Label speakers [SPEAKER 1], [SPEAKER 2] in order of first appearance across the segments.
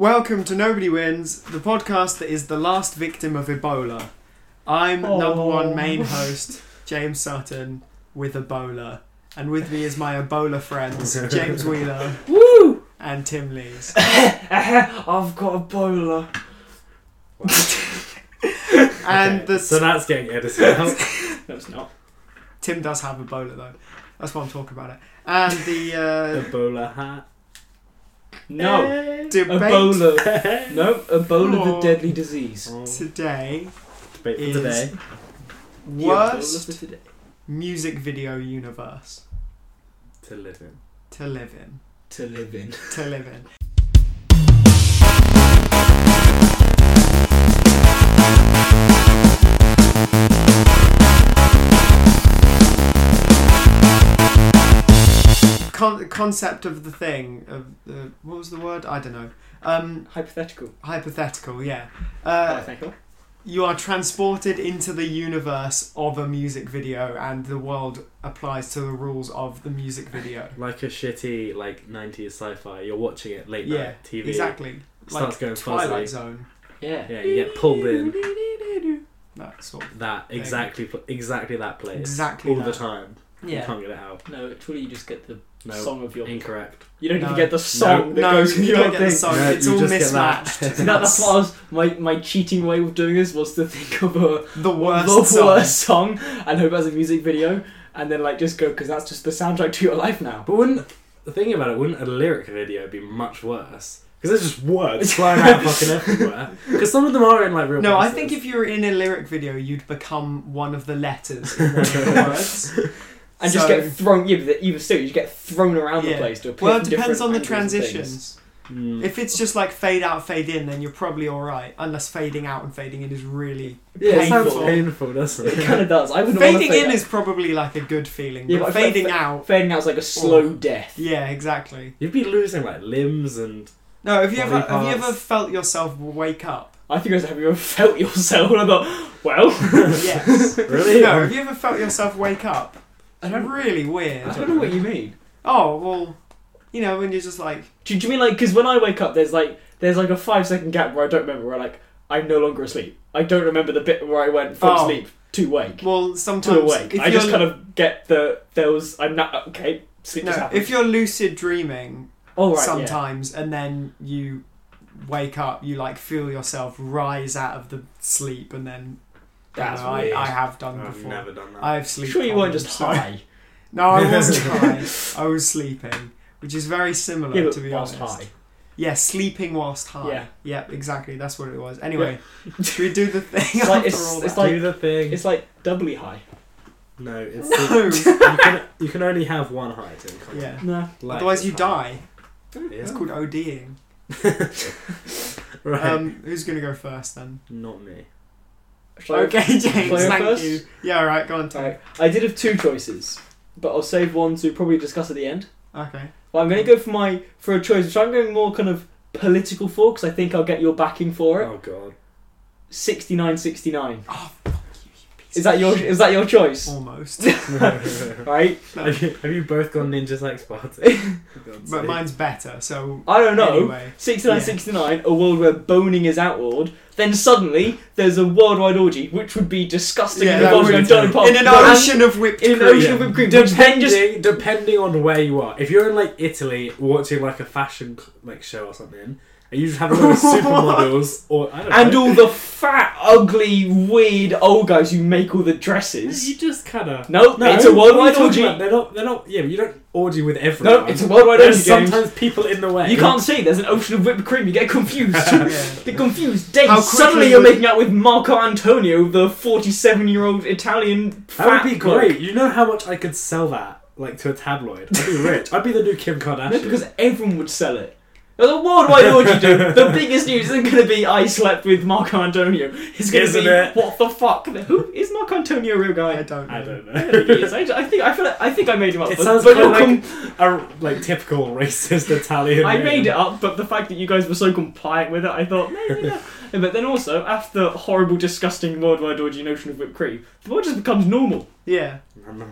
[SPEAKER 1] Welcome to Nobody Wins, the podcast that is the last victim of Ebola. I'm number
[SPEAKER 2] Oh.
[SPEAKER 1] one main host, James Sutton, with Ebola. And with me is my Ebola friends, James Wheeler
[SPEAKER 2] Woo!
[SPEAKER 1] and Tim Lees.
[SPEAKER 2] I've got a bowler.
[SPEAKER 1] And
[SPEAKER 2] Okay.
[SPEAKER 1] the
[SPEAKER 3] So that's getting edited out.
[SPEAKER 2] No, it's not.
[SPEAKER 1] Tim does have Ebola though. That's why I'm talking about it. And the
[SPEAKER 3] the bowler hat.
[SPEAKER 2] No.
[SPEAKER 1] uh, debate
[SPEAKER 2] Ebola. No, Ebola, the
[SPEAKER 1] Oh.
[SPEAKER 2] deadly disease.
[SPEAKER 1] today
[SPEAKER 3] Debate
[SPEAKER 1] is
[SPEAKER 3] for today.
[SPEAKER 2] The
[SPEAKER 1] worst
[SPEAKER 2] Ebola for today.
[SPEAKER 1] music video universe
[SPEAKER 3] To live in.
[SPEAKER 1] to live in.
[SPEAKER 2] to live in.
[SPEAKER 1] to live in. Con- concept of the thing of the what was the word I don't know. Um,
[SPEAKER 2] Hypothetical.
[SPEAKER 1] hypothetical, yeah.
[SPEAKER 2] Oh,
[SPEAKER 1] Uh,
[SPEAKER 2] thank you.
[SPEAKER 1] you are transported into the universe of a music video, and the world applies to the rules of the music video.
[SPEAKER 3] Like a shitty like nineties sci fi. You're watching it late
[SPEAKER 1] Yeah,
[SPEAKER 3] night TV.
[SPEAKER 1] Exactly,
[SPEAKER 3] Starts
[SPEAKER 1] like
[SPEAKER 3] going
[SPEAKER 1] Twilight
[SPEAKER 3] fuzzy.
[SPEAKER 1] Zone.
[SPEAKER 2] Yeah.
[SPEAKER 3] Yeah, you get pulled in.
[SPEAKER 1] That sort of
[SPEAKER 3] That
[SPEAKER 1] There you
[SPEAKER 3] exactly pl- exactly that place.
[SPEAKER 1] Exactly
[SPEAKER 3] all
[SPEAKER 1] that.
[SPEAKER 3] the time. You
[SPEAKER 1] yeah.
[SPEAKER 3] can't get it out.
[SPEAKER 2] No, actually, you just get the
[SPEAKER 3] No.
[SPEAKER 2] song of your.
[SPEAKER 3] Incorrect.
[SPEAKER 2] You don't
[SPEAKER 1] No.
[SPEAKER 2] even get the song that
[SPEAKER 1] No,
[SPEAKER 2] goes with
[SPEAKER 1] you
[SPEAKER 2] your
[SPEAKER 1] don't get the
[SPEAKER 2] thing.
[SPEAKER 1] song.
[SPEAKER 3] No,
[SPEAKER 1] it's
[SPEAKER 3] you
[SPEAKER 1] all
[SPEAKER 3] just get that.
[SPEAKER 1] mismatched.
[SPEAKER 2] See, that, that's what I was. My, my cheating way of doing this was to think of a
[SPEAKER 1] the worst
[SPEAKER 2] the
[SPEAKER 1] song.
[SPEAKER 2] worst song and hope it has a music video and then like just go because that's just the soundtrack to your life now.
[SPEAKER 3] But wouldn't thinking about it, wouldn't a lyric video be much worse? Because there's just words flying out fucking everywhere. Because some of them are in like real.
[SPEAKER 1] No, I
[SPEAKER 3] places.
[SPEAKER 1] think if you were in a lyric video, you'd become one of the letters in one of the words.
[SPEAKER 2] And just
[SPEAKER 1] So-
[SPEAKER 2] get thrown, yeah, but even still, you just get thrown around
[SPEAKER 1] Yeah.
[SPEAKER 2] the place to appear
[SPEAKER 1] Well, it
[SPEAKER 2] from
[SPEAKER 1] depends
[SPEAKER 2] different
[SPEAKER 1] on the
[SPEAKER 2] angles and things.
[SPEAKER 1] transitions.
[SPEAKER 3] Mm.
[SPEAKER 1] If it's just like fade out, fade in, then you're probably all right. Unless fading out and fading in is really
[SPEAKER 3] yeah, it sounds
[SPEAKER 1] painful.
[SPEAKER 3] painful, doesn't
[SPEAKER 2] It kind of does. I wouldn't
[SPEAKER 1] fading in
[SPEAKER 2] is
[SPEAKER 1] is probably like a good feeling,
[SPEAKER 2] Yeah,
[SPEAKER 1] but
[SPEAKER 2] but I feel like
[SPEAKER 1] fading
[SPEAKER 2] fa-
[SPEAKER 1] out,
[SPEAKER 2] fading out's like a slow death.
[SPEAKER 1] yeah, exactly.
[SPEAKER 3] You'd be losing like limbs and
[SPEAKER 1] No, have you
[SPEAKER 3] Body
[SPEAKER 1] ever have you
[SPEAKER 3] parts.
[SPEAKER 1] ever felt yourself wake up?
[SPEAKER 2] I think I was have you ever felt yourself? And I thought, well,
[SPEAKER 1] Yes.
[SPEAKER 3] really.
[SPEAKER 1] No, have you ever felt yourself wake up?
[SPEAKER 2] I don't-
[SPEAKER 1] really weird.
[SPEAKER 2] I don't know what you mean.
[SPEAKER 1] Oh well, you know when you're just like
[SPEAKER 2] Do, you- do you mean like because when I wake up, there's like there's like a five second gap where I don't remember where like I'm no longer asleep. I don't remember the bit where I went from
[SPEAKER 1] Oh.
[SPEAKER 2] sleep to wake.
[SPEAKER 1] well
[SPEAKER 2] to
[SPEAKER 1] sometimes
[SPEAKER 2] awake.
[SPEAKER 1] if
[SPEAKER 2] I just
[SPEAKER 1] you're-
[SPEAKER 2] kind of get the there was I'm not okay. Sleep just
[SPEAKER 1] no,
[SPEAKER 2] happened.
[SPEAKER 1] if you're lucid dreaming
[SPEAKER 2] oh right,
[SPEAKER 1] sometimes and then you wake up, you like feel yourself rise out of the sleep and then I
[SPEAKER 2] That's
[SPEAKER 1] don't know,
[SPEAKER 2] weird.
[SPEAKER 1] I, I have done
[SPEAKER 3] I've
[SPEAKER 1] before.
[SPEAKER 3] never done that.
[SPEAKER 1] I've
[SPEAKER 2] yeah.
[SPEAKER 1] sleep.
[SPEAKER 2] Sure, you weren't
[SPEAKER 1] problems,
[SPEAKER 2] just
[SPEAKER 1] so-
[SPEAKER 2] high.
[SPEAKER 1] No, I wasn't high. I was sleeping, which is very similar
[SPEAKER 2] Yeah, but
[SPEAKER 1] to be
[SPEAKER 2] whilst
[SPEAKER 1] honest.
[SPEAKER 2] high.
[SPEAKER 1] Yeah, sleeping whilst high.
[SPEAKER 2] Yeah.
[SPEAKER 1] Yep, exactly. That's what it was. Anyway, should we do the thing
[SPEAKER 2] It's like-
[SPEAKER 1] after
[SPEAKER 2] it's-
[SPEAKER 1] all
[SPEAKER 2] it's
[SPEAKER 1] that?
[SPEAKER 2] like-
[SPEAKER 3] do the thing.
[SPEAKER 2] It's like doubly high.
[SPEAKER 3] no, it's
[SPEAKER 1] No.
[SPEAKER 3] you, can, you can only have one height in comedy.
[SPEAKER 1] yeah.
[SPEAKER 2] No.
[SPEAKER 3] Like,
[SPEAKER 1] Otherwise, you die. It's
[SPEAKER 3] Yeah.
[SPEAKER 1] called ODing.
[SPEAKER 3] Right.
[SPEAKER 1] Um, who's gonna go first then?
[SPEAKER 3] Not me.
[SPEAKER 2] Shall I-
[SPEAKER 1] okay, James.
[SPEAKER 2] shall I go
[SPEAKER 1] Thank
[SPEAKER 2] first?
[SPEAKER 1] you. Yeah, all right. Go on, Tom.
[SPEAKER 2] Alright, I did have two choices, but I'll save one to probably discuss at the end.
[SPEAKER 1] Okay.
[SPEAKER 2] But I'm going to go for my for a choice, which I'm going more kind of political for because I think I'll get your backing for it.
[SPEAKER 3] Oh god.
[SPEAKER 2] Sixty nine, sixty nine.
[SPEAKER 1] Oh, fuck you, you piece
[SPEAKER 2] Is that
[SPEAKER 1] of
[SPEAKER 2] your
[SPEAKER 1] shit.
[SPEAKER 2] is that your choice?
[SPEAKER 1] Almost.
[SPEAKER 2] Right?
[SPEAKER 1] No,
[SPEAKER 3] have, you, have you both gone Ninja Sex Party? For God's
[SPEAKER 1] but
[SPEAKER 3] sake.
[SPEAKER 1] mine's better. So
[SPEAKER 2] I don't know.
[SPEAKER 1] anyway,
[SPEAKER 2] 69,
[SPEAKER 1] Yeah.
[SPEAKER 2] 69, a world where boning is outlawed, then suddenly there's a worldwide orgy, which would be disgusting
[SPEAKER 1] Yeah,
[SPEAKER 2] and
[SPEAKER 1] that
[SPEAKER 2] involving
[SPEAKER 3] would
[SPEAKER 2] a
[SPEAKER 3] be
[SPEAKER 2] donut
[SPEAKER 3] terrible.
[SPEAKER 2] pop.
[SPEAKER 1] in an
[SPEAKER 2] But-
[SPEAKER 1] ocean of whipped
[SPEAKER 2] in an
[SPEAKER 1] cream.
[SPEAKER 2] ocean with cream, which then
[SPEAKER 3] Depending,
[SPEAKER 2] just
[SPEAKER 3] depending on where you are, if you're in like Italy watching like a fashion like show or something, and you just have a lot of supermodels or I don't
[SPEAKER 2] and
[SPEAKER 3] know,
[SPEAKER 2] all the fat, ugly, weird old guys who make all the dresses.
[SPEAKER 3] you just kind of
[SPEAKER 2] Nope, it's a
[SPEAKER 3] what are you
[SPEAKER 2] worldwide
[SPEAKER 3] talking
[SPEAKER 2] orgy.
[SPEAKER 3] about? They're not. They're not. Yeah, but you don't orgy with everyone.
[SPEAKER 2] No, it's a worldwide orgy.
[SPEAKER 3] There's
[SPEAKER 2] James.
[SPEAKER 3] sometimes people in the way.
[SPEAKER 2] You can't see. There's an ocean of whipped cream. You get confused.
[SPEAKER 1] Yeah.
[SPEAKER 2] Get confused. Dave,
[SPEAKER 1] How quickly
[SPEAKER 2] suddenly you're
[SPEAKER 1] would-
[SPEAKER 2] making out with Marco Antonio, the 47-year-old Italian.
[SPEAKER 3] That
[SPEAKER 2] fat
[SPEAKER 3] would be
[SPEAKER 2] bloke.
[SPEAKER 3] great. You know how much I could sell that like to a tabloid. I'd be rich. I'd be the new Kim Kardashian.
[SPEAKER 2] No, because everyone would sell it. There's a worldwide orgy, dude. The biggest news isn't going to be I slept with Marco Antonio. It's going to
[SPEAKER 3] Isn't
[SPEAKER 2] be
[SPEAKER 3] it?
[SPEAKER 2] what the fuck? Who is Marco Antonio a real
[SPEAKER 1] I
[SPEAKER 2] guy?
[SPEAKER 1] don't. Know.
[SPEAKER 3] I don't
[SPEAKER 2] I don't think he
[SPEAKER 3] know.
[SPEAKER 2] is. I, I think I feel like, I think I made him up.
[SPEAKER 3] it
[SPEAKER 2] but-
[SPEAKER 3] sounds
[SPEAKER 2] but
[SPEAKER 3] kind of
[SPEAKER 2] you're
[SPEAKER 3] like a like typical racist Italian.
[SPEAKER 2] com- I
[SPEAKER 3] name.
[SPEAKER 2] made it up, but the fact that you guys were so compliant with it, I thought maybe. not. But then also, after the horrible, disgusting worldwide orgy notion of whipped cream, the world just becomes normal.
[SPEAKER 1] Yeah.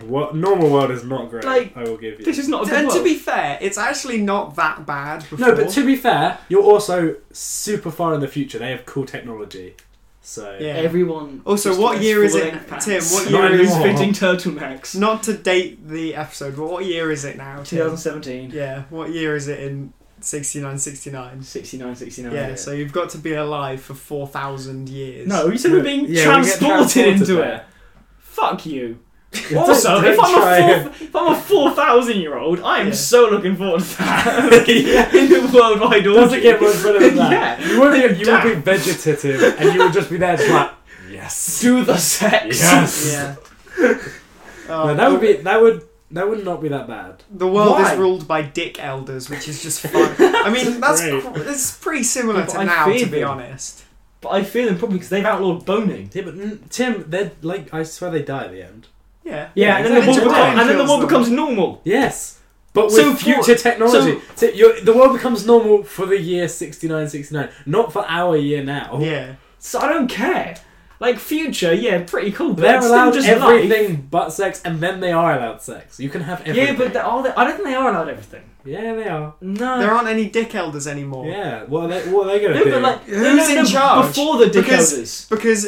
[SPEAKER 3] What normal world is not great.
[SPEAKER 2] Like,
[SPEAKER 3] I will give you.
[SPEAKER 2] This is not a Oh, good
[SPEAKER 1] And to
[SPEAKER 2] world.
[SPEAKER 1] be fair, it's actually not that bad. Before.
[SPEAKER 3] no, but to be fair, you're also super far in the future. They have cool technology, so
[SPEAKER 1] Yeah.
[SPEAKER 2] Everyone.
[SPEAKER 1] Also,
[SPEAKER 2] just
[SPEAKER 1] what
[SPEAKER 2] wears
[SPEAKER 1] year is it,
[SPEAKER 2] full-length pants.
[SPEAKER 1] Tim? What
[SPEAKER 3] Not
[SPEAKER 1] year is
[SPEAKER 3] anymore.
[SPEAKER 2] fitting turtlenecks?
[SPEAKER 1] not to date the episode, but what year is it now? Tim?
[SPEAKER 2] 2017.
[SPEAKER 1] Yeah, what year is it in 69, 69?
[SPEAKER 2] 69, 69.
[SPEAKER 1] Yeah, so you've got to be alive for 4,000 years.
[SPEAKER 2] No, you said we're being
[SPEAKER 3] Yeah, we get
[SPEAKER 2] transported, into
[SPEAKER 3] there.
[SPEAKER 2] it. Fuck you.
[SPEAKER 3] Don't-
[SPEAKER 2] Also,
[SPEAKER 3] don't
[SPEAKER 2] if
[SPEAKER 3] try
[SPEAKER 2] I'm, a
[SPEAKER 3] and-
[SPEAKER 2] four, if I'm a 4,000 year old, I am
[SPEAKER 1] Yeah.
[SPEAKER 2] so looking forward to that. In the worldwide order.
[SPEAKER 3] doesn't get much better than that.
[SPEAKER 2] Yeah.
[SPEAKER 3] You would be, you would be vegetative, and you would just be there, just like yes,
[SPEAKER 2] Do the sex.
[SPEAKER 3] yes.
[SPEAKER 1] Yeah.
[SPEAKER 3] No,
[SPEAKER 1] Oh,
[SPEAKER 3] that would be that would that would not be that bad.
[SPEAKER 1] The world
[SPEAKER 2] Why?
[SPEAKER 1] is ruled by dick elders, which is just fun. I mean, that's
[SPEAKER 3] Great.
[SPEAKER 1] cr- it's pretty similar
[SPEAKER 2] Yeah, but
[SPEAKER 1] to
[SPEAKER 2] I
[SPEAKER 1] now, to
[SPEAKER 2] fear
[SPEAKER 1] be
[SPEAKER 2] them.
[SPEAKER 1] honest.
[SPEAKER 2] But I feel them probably because they've outlawed boning.
[SPEAKER 3] Yeah, but mm, Tim, they are like I swear they die at the end.
[SPEAKER 1] Yeah.
[SPEAKER 2] Yeah,
[SPEAKER 3] Yeah,
[SPEAKER 2] and then the
[SPEAKER 3] it's
[SPEAKER 2] world,
[SPEAKER 3] like
[SPEAKER 2] becomes, and
[SPEAKER 3] time
[SPEAKER 2] then the
[SPEAKER 1] kills
[SPEAKER 2] world
[SPEAKER 1] them.
[SPEAKER 2] becomes normal.
[SPEAKER 3] Yes, but with
[SPEAKER 2] So
[SPEAKER 3] future
[SPEAKER 2] for-
[SPEAKER 3] technology, so, you're, the world becomes normal for the year 6969, not for our year now.
[SPEAKER 1] Yeah.
[SPEAKER 2] So I don't care. Like future, yeah, pretty cool. But
[SPEAKER 3] They're
[SPEAKER 2] it's
[SPEAKER 3] allowed
[SPEAKER 2] still just life.
[SPEAKER 3] everything but sex, and then they are allowed sex. You can have everything.
[SPEAKER 2] Yeah, but they- are they, I don't think they are allowed everything.
[SPEAKER 3] yeah, they are.
[SPEAKER 2] No.
[SPEAKER 1] There aren't any dick elders anymore.
[SPEAKER 3] Yeah, what are they, what are they gonna
[SPEAKER 2] no,
[SPEAKER 3] do?
[SPEAKER 2] but like
[SPEAKER 1] Who's
[SPEAKER 2] no, no,
[SPEAKER 1] in
[SPEAKER 2] no,
[SPEAKER 1] charge?
[SPEAKER 2] before the dick
[SPEAKER 1] Because-
[SPEAKER 2] elders.
[SPEAKER 1] Because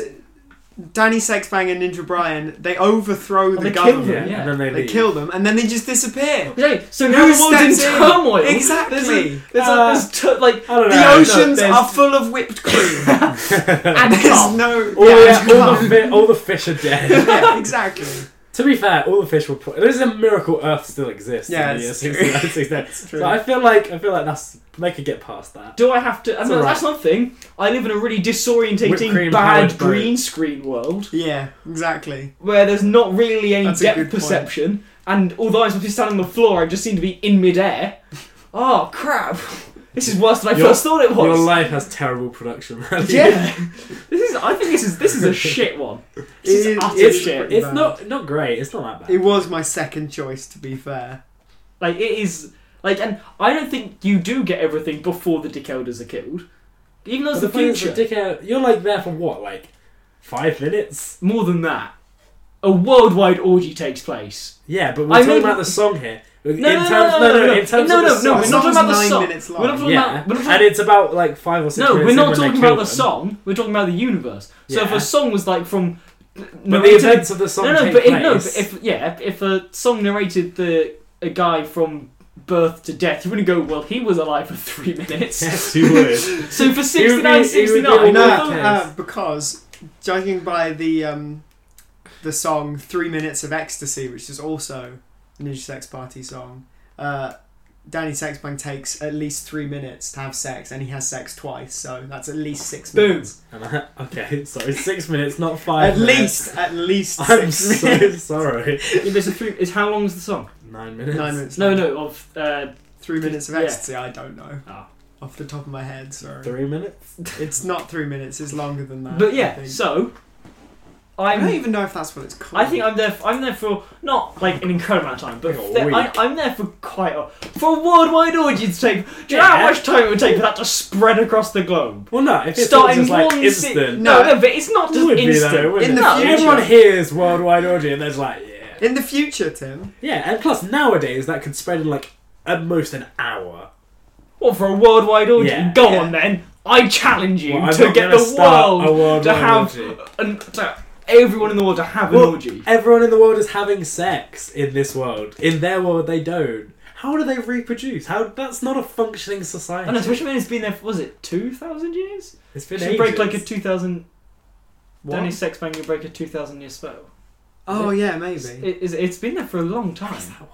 [SPEAKER 1] Danny Sexbang and Ninja Brian, they overthrow the
[SPEAKER 2] they kill
[SPEAKER 1] government.
[SPEAKER 3] yeah,
[SPEAKER 2] them, yeah.
[SPEAKER 3] and then they,
[SPEAKER 1] They
[SPEAKER 3] leave.
[SPEAKER 1] kill them and then they just disappear.
[SPEAKER 2] Okay, so now
[SPEAKER 1] Who
[SPEAKER 2] the world's
[SPEAKER 1] steps
[SPEAKER 2] in
[SPEAKER 1] in?
[SPEAKER 2] turmoil. There's, a,
[SPEAKER 1] Exactly.
[SPEAKER 2] there's,
[SPEAKER 3] Uh,
[SPEAKER 2] a, there's tu- like
[SPEAKER 3] I don't
[SPEAKER 1] The
[SPEAKER 3] know.
[SPEAKER 1] oceans
[SPEAKER 2] there's-
[SPEAKER 1] are full of whipped cream. and
[SPEAKER 2] and
[SPEAKER 1] there's no.
[SPEAKER 3] All,
[SPEAKER 1] yeah,
[SPEAKER 3] the, all, the fi- all the fish are dead.
[SPEAKER 1] yeah, exactly.
[SPEAKER 3] to be fair, all the fish were. Pro- there's a miracle Earth still exists.
[SPEAKER 1] Yeah,
[SPEAKER 3] in the year
[SPEAKER 1] it's true.
[SPEAKER 3] 6969.
[SPEAKER 1] true.
[SPEAKER 3] So I feel like I feel like that's they could get past that.
[SPEAKER 2] Do I have to? I
[SPEAKER 3] It's
[SPEAKER 2] mean,
[SPEAKER 3] all right.
[SPEAKER 2] That's one thing. I live in a really
[SPEAKER 3] Whipped
[SPEAKER 2] disorientating,
[SPEAKER 3] cream
[SPEAKER 2] bad
[SPEAKER 3] powered boat.
[SPEAKER 2] green screen world
[SPEAKER 1] Yeah, exactly.
[SPEAKER 2] where there's not really any
[SPEAKER 1] That's a good
[SPEAKER 2] depth
[SPEAKER 1] point.
[SPEAKER 2] perception, and although I'm supposed to be standing on the floor, I just seem to be in midair. Oh crap! This is worse than I
[SPEAKER 3] Your-
[SPEAKER 2] first thought it
[SPEAKER 3] Your
[SPEAKER 2] was.
[SPEAKER 3] life has terrible production value.
[SPEAKER 2] Yeah, this is. I think this is this is a shit one. This
[SPEAKER 1] It
[SPEAKER 2] is
[SPEAKER 1] is-
[SPEAKER 2] utter
[SPEAKER 1] it's-
[SPEAKER 2] shit.
[SPEAKER 3] It's
[SPEAKER 1] Bad.
[SPEAKER 3] not not great. It's not that bad.
[SPEAKER 1] It was my second choice, to be fair.
[SPEAKER 2] Like it is like, and I don't think you do get everything before the dick elders are killed, even though
[SPEAKER 3] But
[SPEAKER 2] it's
[SPEAKER 3] the
[SPEAKER 2] the,
[SPEAKER 3] thing is,
[SPEAKER 2] future.
[SPEAKER 3] dickhead- you're like there for what, like five minutes?
[SPEAKER 2] More than that, a worldwide orgy takes place.
[SPEAKER 3] Yeah, but we're
[SPEAKER 2] I
[SPEAKER 3] talking
[SPEAKER 2] mean-
[SPEAKER 3] about the song here. in
[SPEAKER 2] No, no, no,
[SPEAKER 3] terms,
[SPEAKER 2] no, no, no,
[SPEAKER 3] in terms
[SPEAKER 2] no,
[SPEAKER 3] of
[SPEAKER 2] no,
[SPEAKER 3] the
[SPEAKER 2] no,
[SPEAKER 3] song,
[SPEAKER 2] we're
[SPEAKER 1] The
[SPEAKER 2] not talking
[SPEAKER 1] song's
[SPEAKER 2] about the
[SPEAKER 1] nine
[SPEAKER 2] song.
[SPEAKER 1] minutes
[SPEAKER 2] We're not
[SPEAKER 1] long.
[SPEAKER 2] talking
[SPEAKER 3] yeah,
[SPEAKER 2] about. We're not talking
[SPEAKER 3] and it's about like five or six.
[SPEAKER 2] no,
[SPEAKER 3] minutes
[SPEAKER 2] we're
[SPEAKER 3] in
[SPEAKER 2] not
[SPEAKER 3] when they
[SPEAKER 2] talking
[SPEAKER 3] kill
[SPEAKER 2] about the
[SPEAKER 3] them.
[SPEAKER 2] song. We're talking about the universe. So if
[SPEAKER 3] Yeah.
[SPEAKER 2] a song was like from
[SPEAKER 3] But the events of the song
[SPEAKER 2] no, no,
[SPEAKER 3] take
[SPEAKER 2] but
[SPEAKER 3] place.
[SPEAKER 2] if, no, but if yeah, if, if a song narrated the a guy from birth to death, you wouldn't go, well, he was alive for three minutes.
[SPEAKER 3] yes, you would.
[SPEAKER 2] So for
[SPEAKER 3] It would
[SPEAKER 2] 69,
[SPEAKER 3] be- it would be
[SPEAKER 2] 69,
[SPEAKER 3] In
[SPEAKER 1] No,
[SPEAKER 3] that
[SPEAKER 1] uh,
[SPEAKER 3] case.
[SPEAKER 1] because judging by the um, the song Three Minutes of Ecstasy, which is also a Ninja Sex Party song, uh, Danny Sexbang takes at least three minutes to have sex, and he has sex twice, so that's at least six
[SPEAKER 2] Boom.
[SPEAKER 1] minutes.
[SPEAKER 3] And I- okay, sorry, six minutes, not five.
[SPEAKER 1] At
[SPEAKER 3] minutes.
[SPEAKER 1] least, at least
[SPEAKER 3] I'm
[SPEAKER 1] six
[SPEAKER 3] so
[SPEAKER 1] minutes.
[SPEAKER 3] sorry.
[SPEAKER 2] Yeah, there's a three, is how long is the song?
[SPEAKER 3] Nine minutes.
[SPEAKER 1] Nine minutes.
[SPEAKER 2] No,
[SPEAKER 1] long.
[SPEAKER 2] no, of uh,
[SPEAKER 1] Three minutes of
[SPEAKER 2] Yeah.
[SPEAKER 1] ecstasy. I don't know
[SPEAKER 2] Ah.
[SPEAKER 1] off the top of my head. Sorry,
[SPEAKER 3] Three minutes.
[SPEAKER 1] it's not three minutes. It's longer than that.
[SPEAKER 2] but
[SPEAKER 1] I
[SPEAKER 2] yeah.
[SPEAKER 1] think.
[SPEAKER 2] So
[SPEAKER 1] I don't
[SPEAKER 2] I'm.
[SPEAKER 1] even know if that's what it's called.
[SPEAKER 2] I think I'm there. I'm there for not like an incredible amount of time, but
[SPEAKER 3] Like a
[SPEAKER 2] there- I,
[SPEAKER 3] week.
[SPEAKER 2] I'm there for quite a for a worldwide orgy to take. Do you know how
[SPEAKER 3] Yeah.
[SPEAKER 2] much time it would take for that to spread across the globe?
[SPEAKER 3] Well, no, if it's not
[SPEAKER 2] Starting
[SPEAKER 3] just like
[SPEAKER 2] one si-
[SPEAKER 3] instant.
[SPEAKER 2] No,
[SPEAKER 1] No.
[SPEAKER 2] no, but it's not
[SPEAKER 3] It
[SPEAKER 2] just
[SPEAKER 3] would be
[SPEAKER 2] instant.
[SPEAKER 3] though, wouldn't
[SPEAKER 1] In the
[SPEAKER 3] it? No,
[SPEAKER 1] future.
[SPEAKER 3] everyone hears worldwide orgy and there's like, yeah,
[SPEAKER 1] in the future, Tim.
[SPEAKER 3] yeah, and plus nowadays that could spread in like at most an hour.
[SPEAKER 2] What for a worldwide orgy?
[SPEAKER 3] Yeah.
[SPEAKER 2] Go
[SPEAKER 1] Yeah.
[SPEAKER 2] on then. I challenge you
[SPEAKER 3] Well, I'm
[SPEAKER 2] to
[SPEAKER 3] not
[SPEAKER 2] get
[SPEAKER 3] gonna
[SPEAKER 2] the
[SPEAKER 3] start a
[SPEAKER 2] world
[SPEAKER 3] worldwide
[SPEAKER 2] to have
[SPEAKER 3] orgy.
[SPEAKER 2] and to everyone in the world to have
[SPEAKER 3] Well,
[SPEAKER 2] an orgy.
[SPEAKER 3] Everyone in the world is having sex in this world. In their world, they don't. How do they reproduce? How that's not a functioning society.
[SPEAKER 2] And especially when it's been there, for, was it two thousand years?
[SPEAKER 3] it's been
[SPEAKER 2] Should break
[SPEAKER 3] ages.
[SPEAKER 2] like a two thousand.
[SPEAKER 1] What?
[SPEAKER 2] Danny Sexbang, you break a two thousand year spell.
[SPEAKER 1] Oh yeah, maybe.
[SPEAKER 2] It, it's, it's been there for a long time.
[SPEAKER 3] How does that work?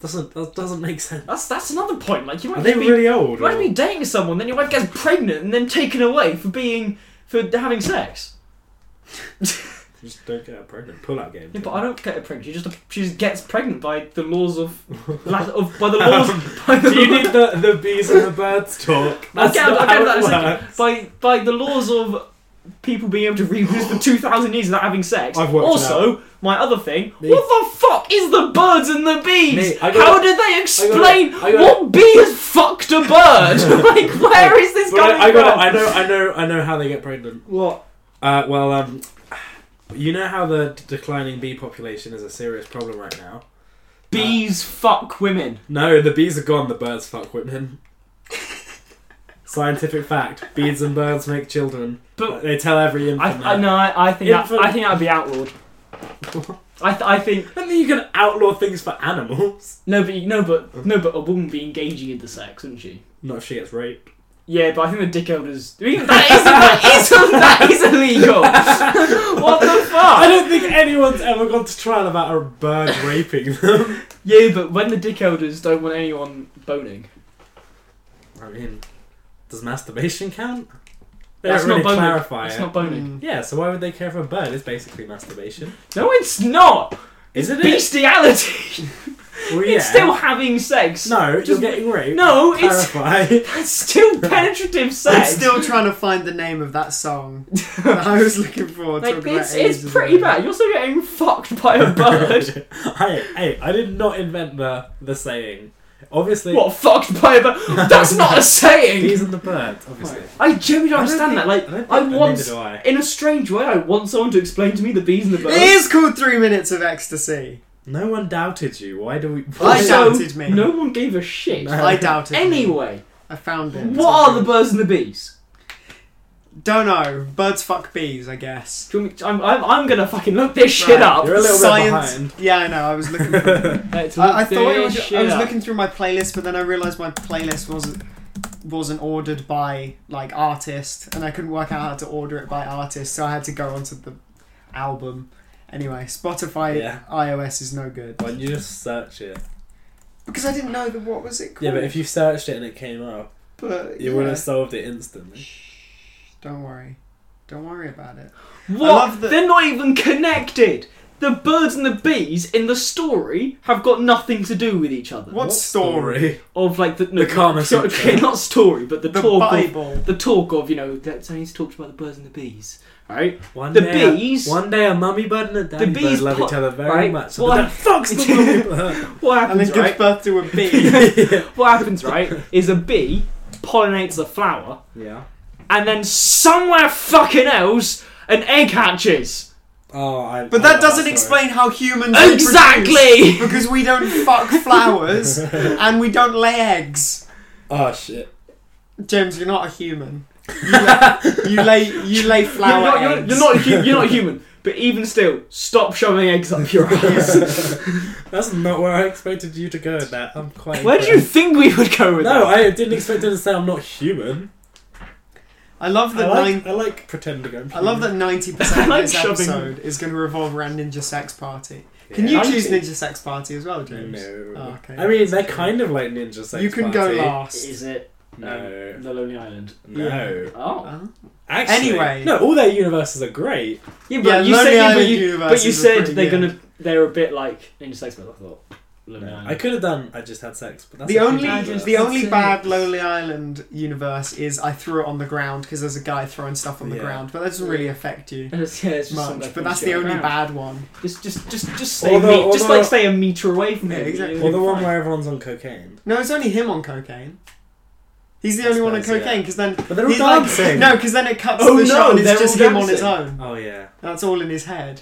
[SPEAKER 3] Doesn't that doesn't make sense?
[SPEAKER 2] That's that's another point. Like you
[SPEAKER 3] Are
[SPEAKER 2] might
[SPEAKER 3] they
[SPEAKER 2] just be
[SPEAKER 3] really old?
[SPEAKER 2] you might
[SPEAKER 3] or-
[SPEAKER 2] be dating someone, then your wife gets pregnant and then taken away for being for having sex.
[SPEAKER 3] Just don't get pregnant. Pull out game.
[SPEAKER 2] Yeah, but I don't get her pregnant. She just she just gets pregnant by the laws of, la- of by the laws by the
[SPEAKER 3] Um, Do you need the, the bees and the birds talk?
[SPEAKER 2] I'll
[SPEAKER 3] That's
[SPEAKER 2] get, I'll
[SPEAKER 3] not
[SPEAKER 2] get
[SPEAKER 3] how
[SPEAKER 2] to that in a
[SPEAKER 3] it
[SPEAKER 2] second.
[SPEAKER 3] works.
[SPEAKER 2] by by the laws of people being able to reproduce for two thousand years without having sex.
[SPEAKER 3] I've worked it
[SPEAKER 2] also, my other thing,
[SPEAKER 3] Me.
[SPEAKER 2] what the fuck is the birds and the bees?
[SPEAKER 3] Me, I got
[SPEAKER 2] How
[SPEAKER 3] it.
[SPEAKER 2] did they explain
[SPEAKER 3] I got it.
[SPEAKER 2] what bee has fucked a bird? like, where is this
[SPEAKER 1] It's
[SPEAKER 2] Well,
[SPEAKER 1] got
[SPEAKER 3] I got. I know. I know. I know how they get pregnant.
[SPEAKER 2] What?
[SPEAKER 3] Uh, well, um, you know how the d- declining bee population is a serious problem right now.
[SPEAKER 2] Bees fuck women.
[SPEAKER 3] No, the bees are gone. The birds fuck women. Scientific fact: bees and birds make children.
[SPEAKER 2] But
[SPEAKER 3] They tell every infant.
[SPEAKER 2] I, I
[SPEAKER 3] that.
[SPEAKER 2] no, I, I think that,
[SPEAKER 3] Infant-
[SPEAKER 2] I think that'd be outlawed. I, th- I think
[SPEAKER 3] I don't think you can outlaw things for animals.
[SPEAKER 2] no, but you- no, but no, but a woman would be engaging in the sex, wouldn't she?
[SPEAKER 3] Not if she gets raped.
[SPEAKER 2] Yeah, but I think the dick elders. I mean, that is that is that is illegal. what the
[SPEAKER 3] I
[SPEAKER 2] fuck?
[SPEAKER 3] don't think anyone's ever gone to trial about a bird raping them.
[SPEAKER 2] Yeah, but when the dick elders don't want anyone boning,
[SPEAKER 3] I mean, does masturbation count? They
[SPEAKER 2] That's
[SPEAKER 3] don't really
[SPEAKER 2] not boning.
[SPEAKER 3] clarify
[SPEAKER 2] it's
[SPEAKER 3] it.
[SPEAKER 2] not boning.
[SPEAKER 1] Mm.
[SPEAKER 3] Yeah, so why would they care for a bird? It's basically masturbation.
[SPEAKER 2] No, it's not.
[SPEAKER 3] Is it?
[SPEAKER 2] Bestiality.
[SPEAKER 3] Well, yeah.
[SPEAKER 2] It's still having sex.
[SPEAKER 3] no. You're
[SPEAKER 2] just-
[SPEAKER 3] getting raped.
[SPEAKER 2] no, it's
[SPEAKER 3] Clarify.
[SPEAKER 2] that's still penetrative
[SPEAKER 1] I'm
[SPEAKER 2] sex.
[SPEAKER 1] still trying to find the name of that song that I was looking for.
[SPEAKER 2] Like
[SPEAKER 1] talking about
[SPEAKER 2] it's, it's
[SPEAKER 1] ages
[SPEAKER 2] pretty
[SPEAKER 1] ago.
[SPEAKER 2] bad. You're still getting fucked by a bird.
[SPEAKER 3] hey, hey, I did not invent the the saying. Obviously,
[SPEAKER 2] what fucked by a bird? That's not a saying.
[SPEAKER 3] bees and the birds. Obviously,
[SPEAKER 2] I genuinely don't
[SPEAKER 3] I
[SPEAKER 2] understand
[SPEAKER 3] don't think-
[SPEAKER 2] that. Like
[SPEAKER 3] don't
[SPEAKER 2] I
[SPEAKER 3] think-
[SPEAKER 2] once-
[SPEAKER 3] Neither do I.
[SPEAKER 2] in a strange way, I want someone to explain to me the bees and the birds.
[SPEAKER 1] It is called Three Minutes of Ecstasy.
[SPEAKER 3] No one doubted you. Why do we?
[SPEAKER 1] I
[SPEAKER 2] Also,
[SPEAKER 1] doubted me.
[SPEAKER 2] No one gave a shit.
[SPEAKER 3] No.
[SPEAKER 1] I doubted. me.
[SPEAKER 2] Anyway,
[SPEAKER 1] I found it.
[SPEAKER 2] what are the birds and the bees?
[SPEAKER 1] Don't know. Birds fuck bees, I guess.
[SPEAKER 2] Do you want me- I'm, I'm, I'm gonna fucking look this shit
[SPEAKER 1] Right.
[SPEAKER 2] up.
[SPEAKER 3] You're a little
[SPEAKER 1] Science.
[SPEAKER 3] bit
[SPEAKER 1] Yeah, I know. I was looking. For
[SPEAKER 3] behind.
[SPEAKER 2] Let's look
[SPEAKER 1] I, I thought it
[SPEAKER 2] this
[SPEAKER 1] was,
[SPEAKER 2] shit
[SPEAKER 1] I was
[SPEAKER 2] up.
[SPEAKER 1] looking through my playlist, but then I realised my playlist wasn't wasn't ordered by like artist, and I couldn't work out how to order it by artist, so I had to go onto the album. Anyway, Spotify
[SPEAKER 3] Yeah.
[SPEAKER 1] iOS is no good
[SPEAKER 3] Why don't you just search it?
[SPEAKER 1] because I didn't know that what was it called.
[SPEAKER 3] Yeah, but if you searched it and it came up,
[SPEAKER 1] But,
[SPEAKER 3] you
[SPEAKER 1] yeah.
[SPEAKER 3] would have solved it instantly.
[SPEAKER 1] Don't worry, don't worry about it.
[SPEAKER 2] What?
[SPEAKER 1] love that-
[SPEAKER 2] They're not even connected. The birds and the bees in the story have got nothing to do with each other.
[SPEAKER 1] What story?
[SPEAKER 2] Of like the no,
[SPEAKER 3] The Kama Sutra.
[SPEAKER 2] Okay, not story, but the,
[SPEAKER 1] The
[SPEAKER 2] talk
[SPEAKER 1] Bible.
[SPEAKER 2] of the talk of you know that Tony's talked about the birds and the bees, right?
[SPEAKER 3] One
[SPEAKER 2] The
[SPEAKER 3] day a-
[SPEAKER 2] bees-
[SPEAKER 3] one day a mummy bird and a daddy
[SPEAKER 2] bees
[SPEAKER 3] bird love
[SPEAKER 2] pop-
[SPEAKER 3] each other very
[SPEAKER 2] right?
[SPEAKER 3] much.
[SPEAKER 2] Why-
[SPEAKER 3] But that fucks the mummy bird.
[SPEAKER 2] What
[SPEAKER 1] And then
[SPEAKER 2] happens,
[SPEAKER 1] gives
[SPEAKER 2] right?
[SPEAKER 1] birth to a bee.
[SPEAKER 2] What happens, right? Is a bee pollinates a flower,
[SPEAKER 3] yeah.
[SPEAKER 2] and then somewhere fucking else, an egg hatches.
[SPEAKER 3] Oh, I,
[SPEAKER 1] but that doesn't explain how humans reproduce,
[SPEAKER 2] Exactly.
[SPEAKER 1] because we don't fuck flowers and we don't lay eggs.
[SPEAKER 3] Oh shit.
[SPEAKER 1] James, you're not a human. You, la- you lay you lay
[SPEAKER 2] You're
[SPEAKER 1] flower
[SPEAKER 2] not, you're,
[SPEAKER 1] eggs.
[SPEAKER 2] you're not hu- you're not human, but even still, stop shoving eggs up your ass.
[SPEAKER 3] That's not where I expected you to go with that. I'm quite.
[SPEAKER 2] Where do you think we would go with
[SPEAKER 3] No,
[SPEAKER 2] that?
[SPEAKER 3] I didn't expect him to say I'm not human.
[SPEAKER 1] I love
[SPEAKER 3] I
[SPEAKER 1] that
[SPEAKER 3] like,
[SPEAKER 1] nine.
[SPEAKER 3] I like pretending I'm.
[SPEAKER 1] I love that ninety percent
[SPEAKER 2] I
[SPEAKER 1] of
[SPEAKER 2] like
[SPEAKER 1] this
[SPEAKER 2] shoving-
[SPEAKER 1] episode is going to revolve around Ninja Sex Party.
[SPEAKER 3] human.
[SPEAKER 1] Can
[SPEAKER 3] Yeah.
[SPEAKER 1] you choose
[SPEAKER 2] 90?
[SPEAKER 1] Ninja Sex Party as well, James?
[SPEAKER 3] No.
[SPEAKER 1] Oh, okay.
[SPEAKER 3] I mean, they're kind of like ninja sex.
[SPEAKER 1] you can
[SPEAKER 3] party.
[SPEAKER 1] go last.
[SPEAKER 2] Is it
[SPEAKER 3] No.
[SPEAKER 2] um, the Lonely Island?
[SPEAKER 3] No.
[SPEAKER 2] Oh,
[SPEAKER 1] Huh?
[SPEAKER 3] Actually,
[SPEAKER 1] Anyway.
[SPEAKER 3] no. All their universes are great.
[SPEAKER 2] yeah, but
[SPEAKER 1] yeah,
[SPEAKER 2] you
[SPEAKER 1] Lonely
[SPEAKER 2] said yeah, but
[SPEAKER 1] Island
[SPEAKER 2] you,
[SPEAKER 1] universes
[SPEAKER 2] but you
[SPEAKER 1] are
[SPEAKER 2] said
[SPEAKER 1] pretty
[SPEAKER 2] they're
[SPEAKER 1] good.
[SPEAKER 2] gonna they're a bit like Ninja Sex Party. I thought Lonely
[SPEAKER 3] No,
[SPEAKER 2] Island.
[SPEAKER 3] I could have done. I just had sex. But that's
[SPEAKER 1] The
[SPEAKER 3] a
[SPEAKER 1] only
[SPEAKER 3] huge
[SPEAKER 2] dangerous.
[SPEAKER 1] the
[SPEAKER 3] universe.
[SPEAKER 1] only
[SPEAKER 2] That's
[SPEAKER 1] bad
[SPEAKER 2] it.
[SPEAKER 1] Lonely Island universe is I threw it on the ground because there's a guy throwing stuff on the
[SPEAKER 3] Yeah.
[SPEAKER 1] ground, but that doesn't really affect you
[SPEAKER 2] It's- yeah, it's just something
[SPEAKER 1] much.
[SPEAKER 2] like
[SPEAKER 1] But
[SPEAKER 2] on
[SPEAKER 1] that's the
[SPEAKER 2] straight
[SPEAKER 1] only
[SPEAKER 2] ground.
[SPEAKER 1] bad one.
[SPEAKER 2] Just, just, just, just stay.
[SPEAKER 3] Although-
[SPEAKER 2] me- just
[SPEAKER 3] although-
[SPEAKER 2] like stay a meter away from
[SPEAKER 1] Yeah,
[SPEAKER 2] him.
[SPEAKER 1] exactly.
[SPEAKER 2] You'll
[SPEAKER 3] Or
[SPEAKER 2] be
[SPEAKER 3] the one
[SPEAKER 2] fine.
[SPEAKER 3] where everyone's on cocaine.
[SPEAKER 1] No, it's only him on cocaine. He's the
[SPEAKER 3] I
[SPEAKER 1] only one on
[SPEAKER 3] suppose, yeah.
[SPEAKER 1] cocaine because then
[SPEAKER 3] But they're all
[SPEAKER 1] He's like-
[SPEAKER 3] dancing.
[SPEAKER 1] no, because then it cuts
[SPEAKER 2] Oh
[SPEAKER 1] the
[SPEAKER 2] no,
[SPEAKER 1] shot and
[SPEAKER 2] they're
[SPEAKER 1] it's just
[SPEAKER 2] all
[SPEAKER 1] him on his own.
[SPEAKER 3] Oh yeah.
[SPEAKER 1] That's all in his head.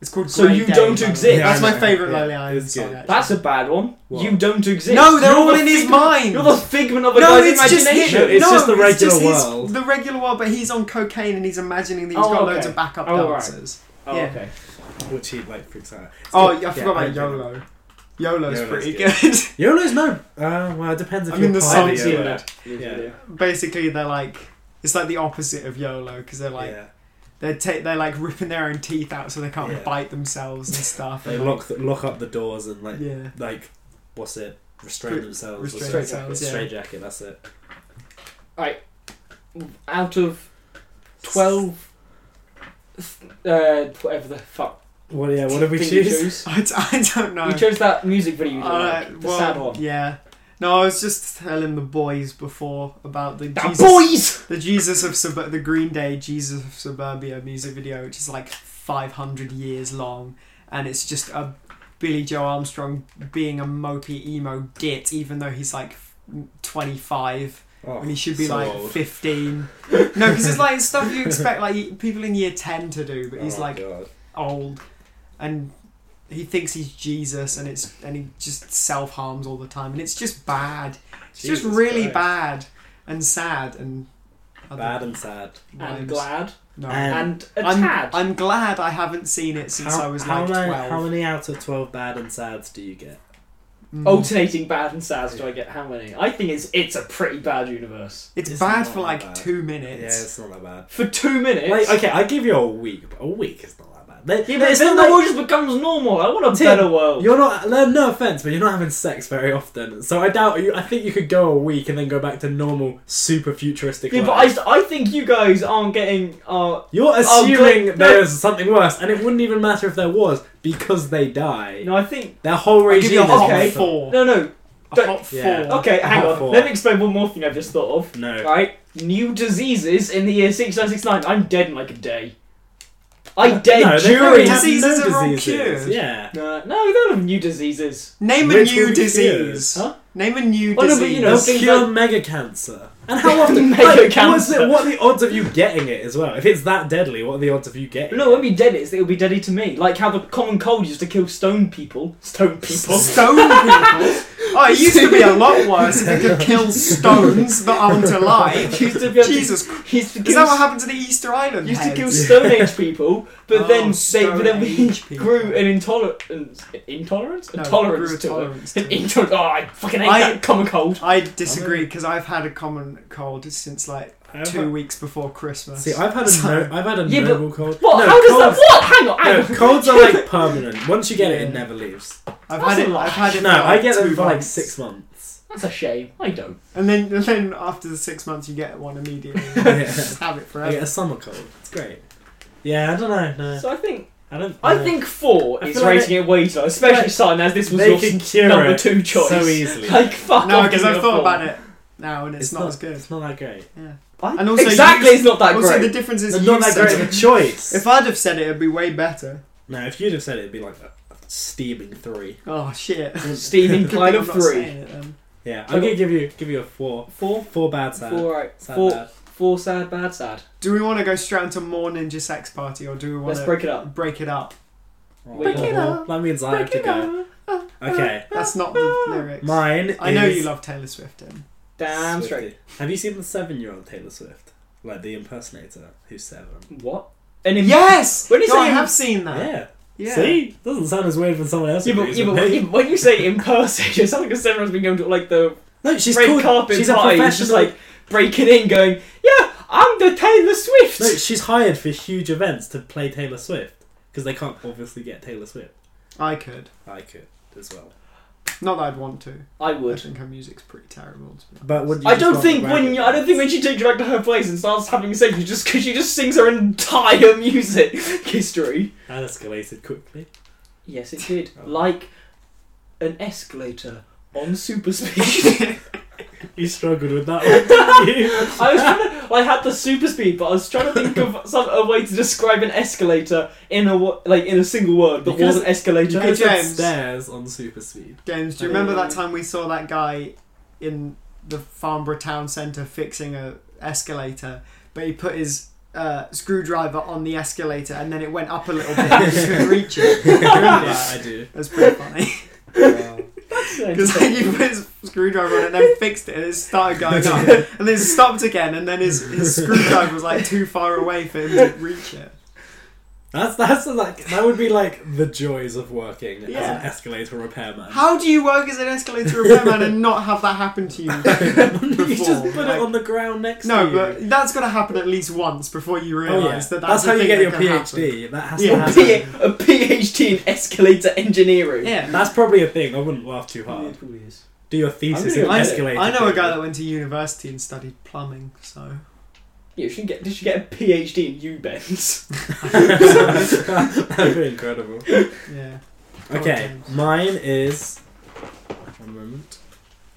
[SPEAKER 1] It's called
[SPEAKER 2] So
[SPEAKER 1] Grey
[SPEAKER 2] you
[SPEAKER 1] Day,
[SPEAKER 2] don't
[SPEAKER 1] by the way.
[SPEAKER 2] exist. Yeah,
[SPEAKER 1] That's
[SPEAKER 2] I
[SPEAKER 1] my
[SPEAKER 3] know.
[SPEAKER 1] favourite
[SPEAKER 3] Yeah,
[SPEAKER 1] Lonely Island
[SPEAKER 3] it's
[SPEAKER 1] song.
[SPEAKER 3] good.
[SPEAKER 1] actually.
[SPEAKER 2] That's a bad one.
[SPEAKER 3] What?
[SPEAKER 2] You don't exist.
[SPEAKER 1] no, they're
[SPEAKER 2] You're
[SPEAKER 1] all
[SPEAKER 2] the
[SPEAKER 1] in his
[SPEAKER 2] figment-
[SPEAKER 1] mind.
[SPEAKER 2] You're the figment of a
[SPEAKER 1] no,
[SPEAKER 2] guy's
[SPEAKER 1] it's just
[SPEAKER 2] imagination.
[SPEAKER 1] him.
[SPEAKER 3] No, it's
[SPEAKER 1] no,
[SPEAKER 3] just the regular
[SPEAKER 1] just his-
[SPEAKER 3] world.
[SPEAKER 1] The regular world, but he's on cocaine and he's imagining that he's
[SPEAKER 2] Oh,
[SPEAKER 1] got
[SPEAKER 2] okay.
[SPEAKER 1] loads of backup
[SPEAKER 2] Oh, all right.
[SPEAKER 1] dancers.
[SPEAKER 2] Oh,
[SPEAKER 1] Yeah.
[SPEAKER 2] okay.
[SPEAKER 3] Which he like freaks out. It's
[SPEAKER 1] Oh,
[SPEAKER 3] good.
[SPEAKER 1] yeah, I
[SPEAKER 3] Yeah,
[SPEAKER 1] forgot
[SPEAKER 3] I
[SPEAKER 1] about
[SPEAKER 3] agree.
[SPEAKER 1] YOLO. YOLO's,
[SPEAKER 3] YOLO's
[SPEAKER 1] pretty
[SPEAKER 3] good.
[SPEAKER 1] good.
[SPEAKER 3] YOLO's no. Uh, well, it depends if
[SPEAKER 1] I
[SPEAKER 3] you're
[SPEAKER 1] mean, the
[SPEAKER 3] part of
[SPEAKER 1] song's
[SPEAKER 3] the
[SPEAKER 1] good.
[SPEAKER 3] YOLO.
[SPEAKER 2] Yeah.
[SPEAKER 1] Basically, they're like. It's like the opposite of YOLO because they're like
[SPEAKER 3] yeah.
[SPEAKER 1] they're ta- they're like ripping their own teeth out so they can't
[SPEAKER 3] Yeah.
[SPEAKER 1] bite themselves and stuff.
[SPEAKER 3] They
[SPEAKER 1] and,
[SPEAKER 3] lock the, lock up the doors and like
[SPEAKER 1] Yeah.
[SPEAKER 3] like what's it? Restrain
[SPEAKER 1] Re-
[SPEAKER 3] themselves.
[SPEAKER 1] restrain
[SPEAKER 3] What's it?
[SPEAKER 1] themselves, yeah.
[SPEAKER 3] Straight jacket. That's it.
[SPEAKER 2] Out of twelve, uh, whatever the fuck.
[SPEAKER 3] Well, yeah. What did we
[SPEAKER 2] thing you chose.
[SPEAKER 3] choose?
[SPEAKER 1] I, d- I don't know.
[SPEAKER 2] You chose that music video. You did,
[SPEAKER 1] Uh,
[SPEAKER 2] like, the
[SPEAKER 1] well,
[SPEAKER 2] sad one.
[SPEAKER 1] Yeah. No, I was just telling the boys before about the
[SPEAKER 2] That
[SPEAKER 1] Jesus,
[SPEAKER 2] boys.
[SPEAKER 1] the Jesus of Sub- the Green Day Jesus of Suburbia music video, which is like 500 years long, and it's just a Billy Joe Armstrong being a mopey emo git, even though he's like 25.
[SPEAKER 3] Oh,
[SPEAKER 1] when he should be
[SPEAKER 3] so
[SPEAKER 1] like
[SPEAKER 3] old.
[SPEAKER 1] 15. no, because it's like stuff you expect like people in year 10 to do, but he's
[SPEAKER 3] Oh,
[SPEAKER 1] like
[SPEAKER 3] God.
[SPEAKER 1] old and he thinks he's Jesus and it's and he just self harms all the time and it's just bad. It's
[SPEAKER 3] Jesus
[SPEAKER 1] just really
[SPEAKER 3] Christ.
[SPEAKER 1] bad and sad and other
[SPEAKER 3] Bad and sad.
[SPEAKER 1] vibes.
[SPEAKER 2] and glad
[SPEAKER 1] No.
[SPEAKER 4] And-
[SPEAKER 2] and a
[SPEAKER 1] I'm,
[SPEAKER 2] tad.
[SPEAKER 1] I'm glad I haven't seen it since I was like
[SPEAKER 4] many,
[SPEAKER 1] 12.
[SPEAKER 4] How many out of 12 bad and sads do you get?
[SPEAKER 1] Mm.
[SPEAKER 2] Alternating bad and sad. Do I get how many? I think it's it's a pretty bad universe
[SPEAKER 1] it's,
[SPEAKER 4] it's
[SPEAKER 1] bad
[SPEAKER 4] not
[SPEAKER 1] for like
[SPEAKER 4] bad.
[SPEAKER 1] two
[SPEAKER 3] Yeah,
[SPEAKER 1] minutes.
[SPEAKER 3] it's not that bad.
[SPEAKER 2] for two minutes.
[SPEAKER 3] Like, okay, I give you a week, but a week is not that bad. There-
[SPEAKER 2] yeah, but
[SPEAKER 3] there's
[SPEAKER 2] then
[SPEAKER 3] not
[SPEAKER 2] the
[SPEAKER 3] like-
[SPEAKER 2] world just becomes normal. I want a
[SPEAKER 3] Tim,
[SPEAKER 2] better world.
[SPEAKER 3] You're not. No, no offense, but you're not having sex very often. So I doubt you. I think you could go a week and then go back to normal, super futuristic.
[SPEAKER 2] Yeah, but
[SPEAKER 3] life.
[SPEAKER 2] I, I think you guys aren't getting uh
[SPEAKER 3] You're
[SPEAKER 2] Oh, good.
[SPEAKER 3] assuming
[SPEAKER 2] No.
[SPEAKER 3] there's something worse, and it wouldn't even matter if there was because they die.
[SPEAKER 2] no I think
[SPEAKER 3] Their whole
[SPEAKER 1] I'll give you
[SPEAKER 3] regime
[SPEAKER 1] a
[SPEAKER 3] is
[SPEAKER 1] hot
[SPEAKER 2] okay.
[SPEAKER 3] awful.
[SPEAKER 1] four.
[SPEAKER 2] no no
[SPEAKER 1] A
[SPEAKER 2] Don't-
[SPEAKER 1] hot four.
[SPEAKER 3] Yeah.
[SPEAKER 2] okay hang
[SPEAKER 3] Hot
[SPEAKER 2] on
[SPEAKER 3] Oh, four.
[SPEAKER 2] let me explain one more thing I've just thought of
[SPEAKER 3] No.
[SPEAKER 2] right new diseases in the year 6969 I'm dead in like a day I dead
[SPEAKER 3] no, they
[SPEAKER 2] during
[SPEAKER 3] don't have
[SPEAKER 1] Diseases
[SPEAKER 3] no
[SPEAKER 1] are all
[SPEAKER 3] diseases.
[SPEAKER 1] cured.
[SPEAKER 3] Yeah.
[SPEAKER 2] no no we don't have new diseases
[SPEAKER 1] Name a
[SPEAKER 3] Which
[SPEAKER 1] new
[SPEAKER 3] would be
[SPEAKER 1] disease.
[SPEAKER 2] Huh?
[SPEAKER 1] Name a new
[SPEAKER 2] Oh, no,
[SPEAKER 1] disease.
[SPEAKER 2] but, you know,
[SPEAKER 3] They'll
[SPEAKER 2] things
[SPEAKER 3] cure
[SPEAKER 2] like-
[SPEAKER 3] mega cancer. And how often?
[SPEAKER 2] Mega
[SPEAKER 3] like, What's
[SPEAKER 2] cancer.
[SPEAKER 3] it, what are the odds of you getting it as well? If it's that deadly, what are the odds of you getting?
[SPEAKER 2] no it
[SPEAKER 3] it?
[SPEAKER 2] won't be dead it's, it'll be deadly to me like how the common cold used to kill stone people stone people
[SPEAKER 1] Stone people. Oh, it used to be a lot worse. They could kill stones that aren't alive.
[SPEAKER 2] used to be able to-
[SPEAKER 1] Jesus, Christ.
[SPEAKER 2] used to
[SPEAKER 1] is
[SPEAKER 2] kill
[SPEAKER 1] that what happened to the Easter Island?
[SPEAKER 2] used to
[SPEAKER 1] heads?
[SPEAKER 2] kill Stone Age people, but
[SPEAKER 1] Oh,
[SPEAKER 2] then they,
[SPEAKER 1] Stone
[SPEAKER 2] but then we
[SPEAKER 1] Age people.
[SPEAKER 2] grew an intolerance, intolerance,
[SPEAKER 1] No,
[SPEAKER 2] intolerance
[SPEAKER 1] grew a
[SPEAKER 2] to
[SPEAKER 1] tolerance
[SPEAKER 2] it.
[SPEAKER 1] to
[SPEAKER 2] An
[SPEAKER 1] it.
[SPEAKER 2] intolerance. Oh, I fucking hate
[SPEAKER 1] I-
[SPEAKER 2] that common cold.
[SPEAKER 1] I disagree because I've had a common cold since like
[SPEAKER 3] I've
[SPEAKER 1] two
[SPEAKER 3] had-
[SPEAKER 1] weeks before Christmas.
[SPEAKER 3] See, I've had a
[SPEAKER 1] So-
[SPEAKER 3] no, I've had a
[SPEAKER 2] Yeah, but-
[SPEAKER 3] normal cold.
[SPEAKER 2] What?
[SPEAKER 3] No,
[SPEAKER 2] How does that?
[SPEAKER 3] colds,
[SPEAKER 2] What? Hang on, hang
[SPEAKER 3] No,
[SPEAKER 2] on.
[SPEAKER 3] colds are like permanent. Once you get it,
[SPEAKER 1] Yeah.
[SPEAKER 3] it never leaves.
[SPEAKER 1] I've
[SPEAKER 2] That's
[SPEAKER 1] had it.
[SPEAKER 2] a lie.
[SPEAKER 1] I've had it.
[SPEAKER 3] No,
[SPEAKER 1] for, like,
[SPEAKER 3] I get
[SPEAKER 1] two
[SPEAKER 3] them for like
[SPEAKER 1] months.
[SPEAKER 3] six months.
[SPEAKER 2] That's a shame. I don't.
[SPEAKER 1] And then, and then after the six months, you get one immediately.
[SPEAKER 3] Yeah.
[SPEAKER 1] Just have it
[SPEAKER 3] I get
[SPEAKER 1] forever.
[SPEAKER 3] a summer cold. It's great. Yeah, I don't know. No,
[SPEAKER 2] So I think
[SPEAKER 3] I don't.
[SPEAKER 2] I
[SPEAKER 3] no.
[SPEAKER 2] think four
[SPEAKER 3] I
[SPEAKER 2] is
[SPEAKER 3] feel like
[SPEAKER 2] rating it way too low, especially
[SPEAKER 3] like
[SPEAKER 2] starting as this was
[SPEAKER 3] they
[SPEAKER 2] your
[SPEAKER 3] can
[SPEAKER 2] s-
[SPEAKER 3] cure
[SPEAKER 2] number
[SPEAKER 3] it
[SPEAKER 2] two choice.
[SPEAKER 3] so easily.
[SPEAKER 2] Like fuck
[SPEAKER 1] No,
[SPEAKER 2] off,
[SPEAKER 1] because
[SPEAKER 2] give me
[SPEAKER 1] I've
[SPEAKER 2] a
[SPEAKER 1] thought
[SPEAKER 2] four.
[SPEAKER 1] about it now, and it's, not, as good.
[SPEAKER 3] It's not that great.
[SPEAKER 2] I-
[SPEAKER 1] And also
[SPEAKER 2] exactly,
[SPEAKER 1] you-
[SPEAKER 2] it's not that
[SPEAKER 1] also,
[SPEAKER 2] great.
[SPEAKER 1] the difference is
[SPEAKER 3] It's
[SPEAKER 1] you
[SPEAKER 3] not that
[SPEAKER 1] said
[SPEAKER 3] great of a
[SPEAKER 1] it.
[SPEAKER 3] choice.
[SPEAKER 1] If I'd have said it, it'd be way better.
[SPEAKER 3] no, if you'd have said it, it'd be like a a steaming three.
[SPEAKER 1] Oh shit!
[SPEAKER 2] Steaming
[SPEAKER 1] Good thing
[SPEAKER 2] climb
[SPEAKER 1] I'm
[SPEAKER 2] of
[SPEAKER 1] not
[SPEAKER 2] three.
[SPEAKER 1] saying it um, then.
[SPEAKER 3] Yeah,
[SPEAKER 2] So-
[SPEAKER 3] I'm gonna give you give you a four.
[SPEAKER 2] Four.
[SPEAKER 3] Four bad sad.
[SPEAKER 2] Four. Right.
[SPEAKER 3] sad
[SPEAKER 2] four.
[SPEAKER 3] bad.
[SPEAKER 2] Four. Sad. Bad. Sad.
[SPEAKER 1] Do we want to go straight into more Ninja Sex Party, or do we want
[SPEAKER 2] Let's
[SPEAKER 1] to
[SPEAKER 2] break it up.
[SPEAKER 1] break it up?
[SPEAKER 2] Break
[SPEAKER 1] it up.
[SPEAKER 3] That means I have to go.
[SPEAKER 2] Uh,
[SPEAKER 3] Okay,
[SPEAKER 1] That's not the lyrics.
[SPEAKER 3] mine.
[SPEAKER 1] I know
[SPEAKER 3] is
[SPEAKER 1] you love Taylor Swift. Em.
[SPEAKER 2] Damn straight.
[SPEAKER 3] Swiftie. Have you seen the seven-year-old Taylor Swift, like the impersonator who's seven?
[SPEAKER 2] What? An im-
[SPEAKER 1] Yes.
[SPEAKER 2] When you
[SPEAKER 1] No,
[SPEAKER 2] say
[SPEAKER 1] I
[SPEAKER 2] im-
[SPEAKER 1] have seen
[SPEAKER 2] Uh,
[SPEAKER 1] that.
[SPEAKER 3] yeah.
[SPEAKER 1] Yeah.
[SPEAKER 3] See, doesn't sound as weird when someone else.
[SPEAKER 2] Yeah, but,
[SPEAKER 3] agrees
[SPEAKER 2] yeah,
[SPEAKER 3] with
[SPEAKER 2] but
[SPEAKER 3] me.
[SPEAKER 2] yeah, but when you say in person, it sounds like everyone's been going to like the
[SPEAKER 3] no, she's
[SPEAKER 2] red
[SPEAKER 3] called,
[SPEAKER 2] carpet
[SPEAKER 3] She's a
[SPEAKER 2] party,
[SPEAKER 3] professional.
[SPEAKER 2] just like breaking in, going, "Yeah, I'm the Taylor Swift."
[SPEAKER 3] no, she's hired for huge events to play Taylor Swift because they can't obviously get Taylor Swift.
[SPEAKER 1] I could.
[SPEAKER 3] I could as well,
[SPEAKER 1] Not that I'd want to.
[SPEAKER 2] I
[SPEAKER 1] I
[SPEAKER 2] would.
[SPEAKER 1] think her music's pretty terrible. To be honest.
[SPEAKER 3] but would you
[SPEAKER 2] I
[SPEAKER 3] just
[SPEAKER 2] don't
[SPEAKER 3] rather
[SPEAKER 2] think
[SPEAKER 3] brag
[SPEAKER 2] when you,
[SPEAKER 3] about
[SPEAKER 2] I don't
[SPEAKER 3] it?
[SPEAKER 2] think when she takes you back to her place and starts having sex, you just because she just sings her entire music history.
[SPEAKER 3] that escalated quickly.
[SPEAKER 2] Yes, it did. Like an escalator on super speed.
[SPEAKER 3] You struggled with that one, didn't you?
[SPEAKER 2] I was trying to. well, I had the super speed, but I was trying to think of some a way to describe an escalator in a wo- like in a single word that
[SPEAKER 3] You could've-
[SPEAKER 2] wasn't escalator.
[SPEAKER 3] You could have said
[SPEAKER 1] James.
[SPEAKER 3] stairs on super speed.
[SPEAKER 1] James, do you remember that time we saw that guy in the Farnborough town centre fixing a escalator, but he put his uh, screwdriver on the escalator and then it went up a little bit and he couldn't reach it. Do you remember
[SPEAKER 3] yeah, I
[SPEAKER 1] that?
[SPEAKER 3] do.
[SPEAKER 1] That's pretty funny. Because like, he put his screwdriver on it and then fixed it and it started going up. And then it stopped again and then his, his screwdriver was like too far away for him to reach it.
[SPEAKER 3] That's that's like that would be like the joys of working as
[SPEAKER 1] Yeah.
[SPEAKER 3] an escalator repairman.
[SPEAKER 1] How do you work as an escalator repairman and not have that happen to you? before?
[SPEAKER 3] you just put
[SPEAKER 1] Like,
[SPEAKER 3] it on the ground next to
[SPEAKER 1] No,
[SPEAKER 3] you.
[SPEAKER 1] but that's got to happen at least once before you
[SPEAKER 3] Oh,
[SPEAKER 1] realise
[SPEAKER 3] yeah.
[SPEAKER 1] that that's,
[SPEAKER 3] that's
[SPEAKER 1] a
[SPEAKER 3] how you
[SPEAKER 1] thing
[SPEAKER 3] get
[SPEAKER 1] that
[SPEAKER 3] your
[SPEAKER 1] can
[SPEAKER 3] PhD.
[SPEAKER 1] happen.
[SPEAKER 3] That has
[SPEAKER 1] Yeah.
[SPEAKER 3] to
[SPEAKER 2] a,
[SPEAKER 3] happen.
[SPEAKER 2] P- a PhD in escalator engineering.
[SPEAKER 1] Yeah,
[SPEAKER 3] That's probably a thing. I wouldn't laugh too
[SPEAKER 2] Yeah,
[SPEAKER 3] hard.
[SPEAKER 2] it probably is.
[SPEAKER 3] Do your thesis
[SPEAKER 2] I'm
[SPEAKER 3] in
[SPEAKER 2] gonna go-
[SPEAKER 3] escalator.
[SPEAKER 1] I know a guy that
[SPEAKER 3] theory.
[SPEAKER 1] went to university and studied plumbing, so
[SPEAKER 2] Yeah, she get. Did she get a PhD in U bends?
[SPEAKER 3] That'd be incredible.
[SPEAKER 1] yeah,
[SPEAKER 3] Okay,
[SPEAKER 1] James.
[SPEAKER 3] mine is. One moment.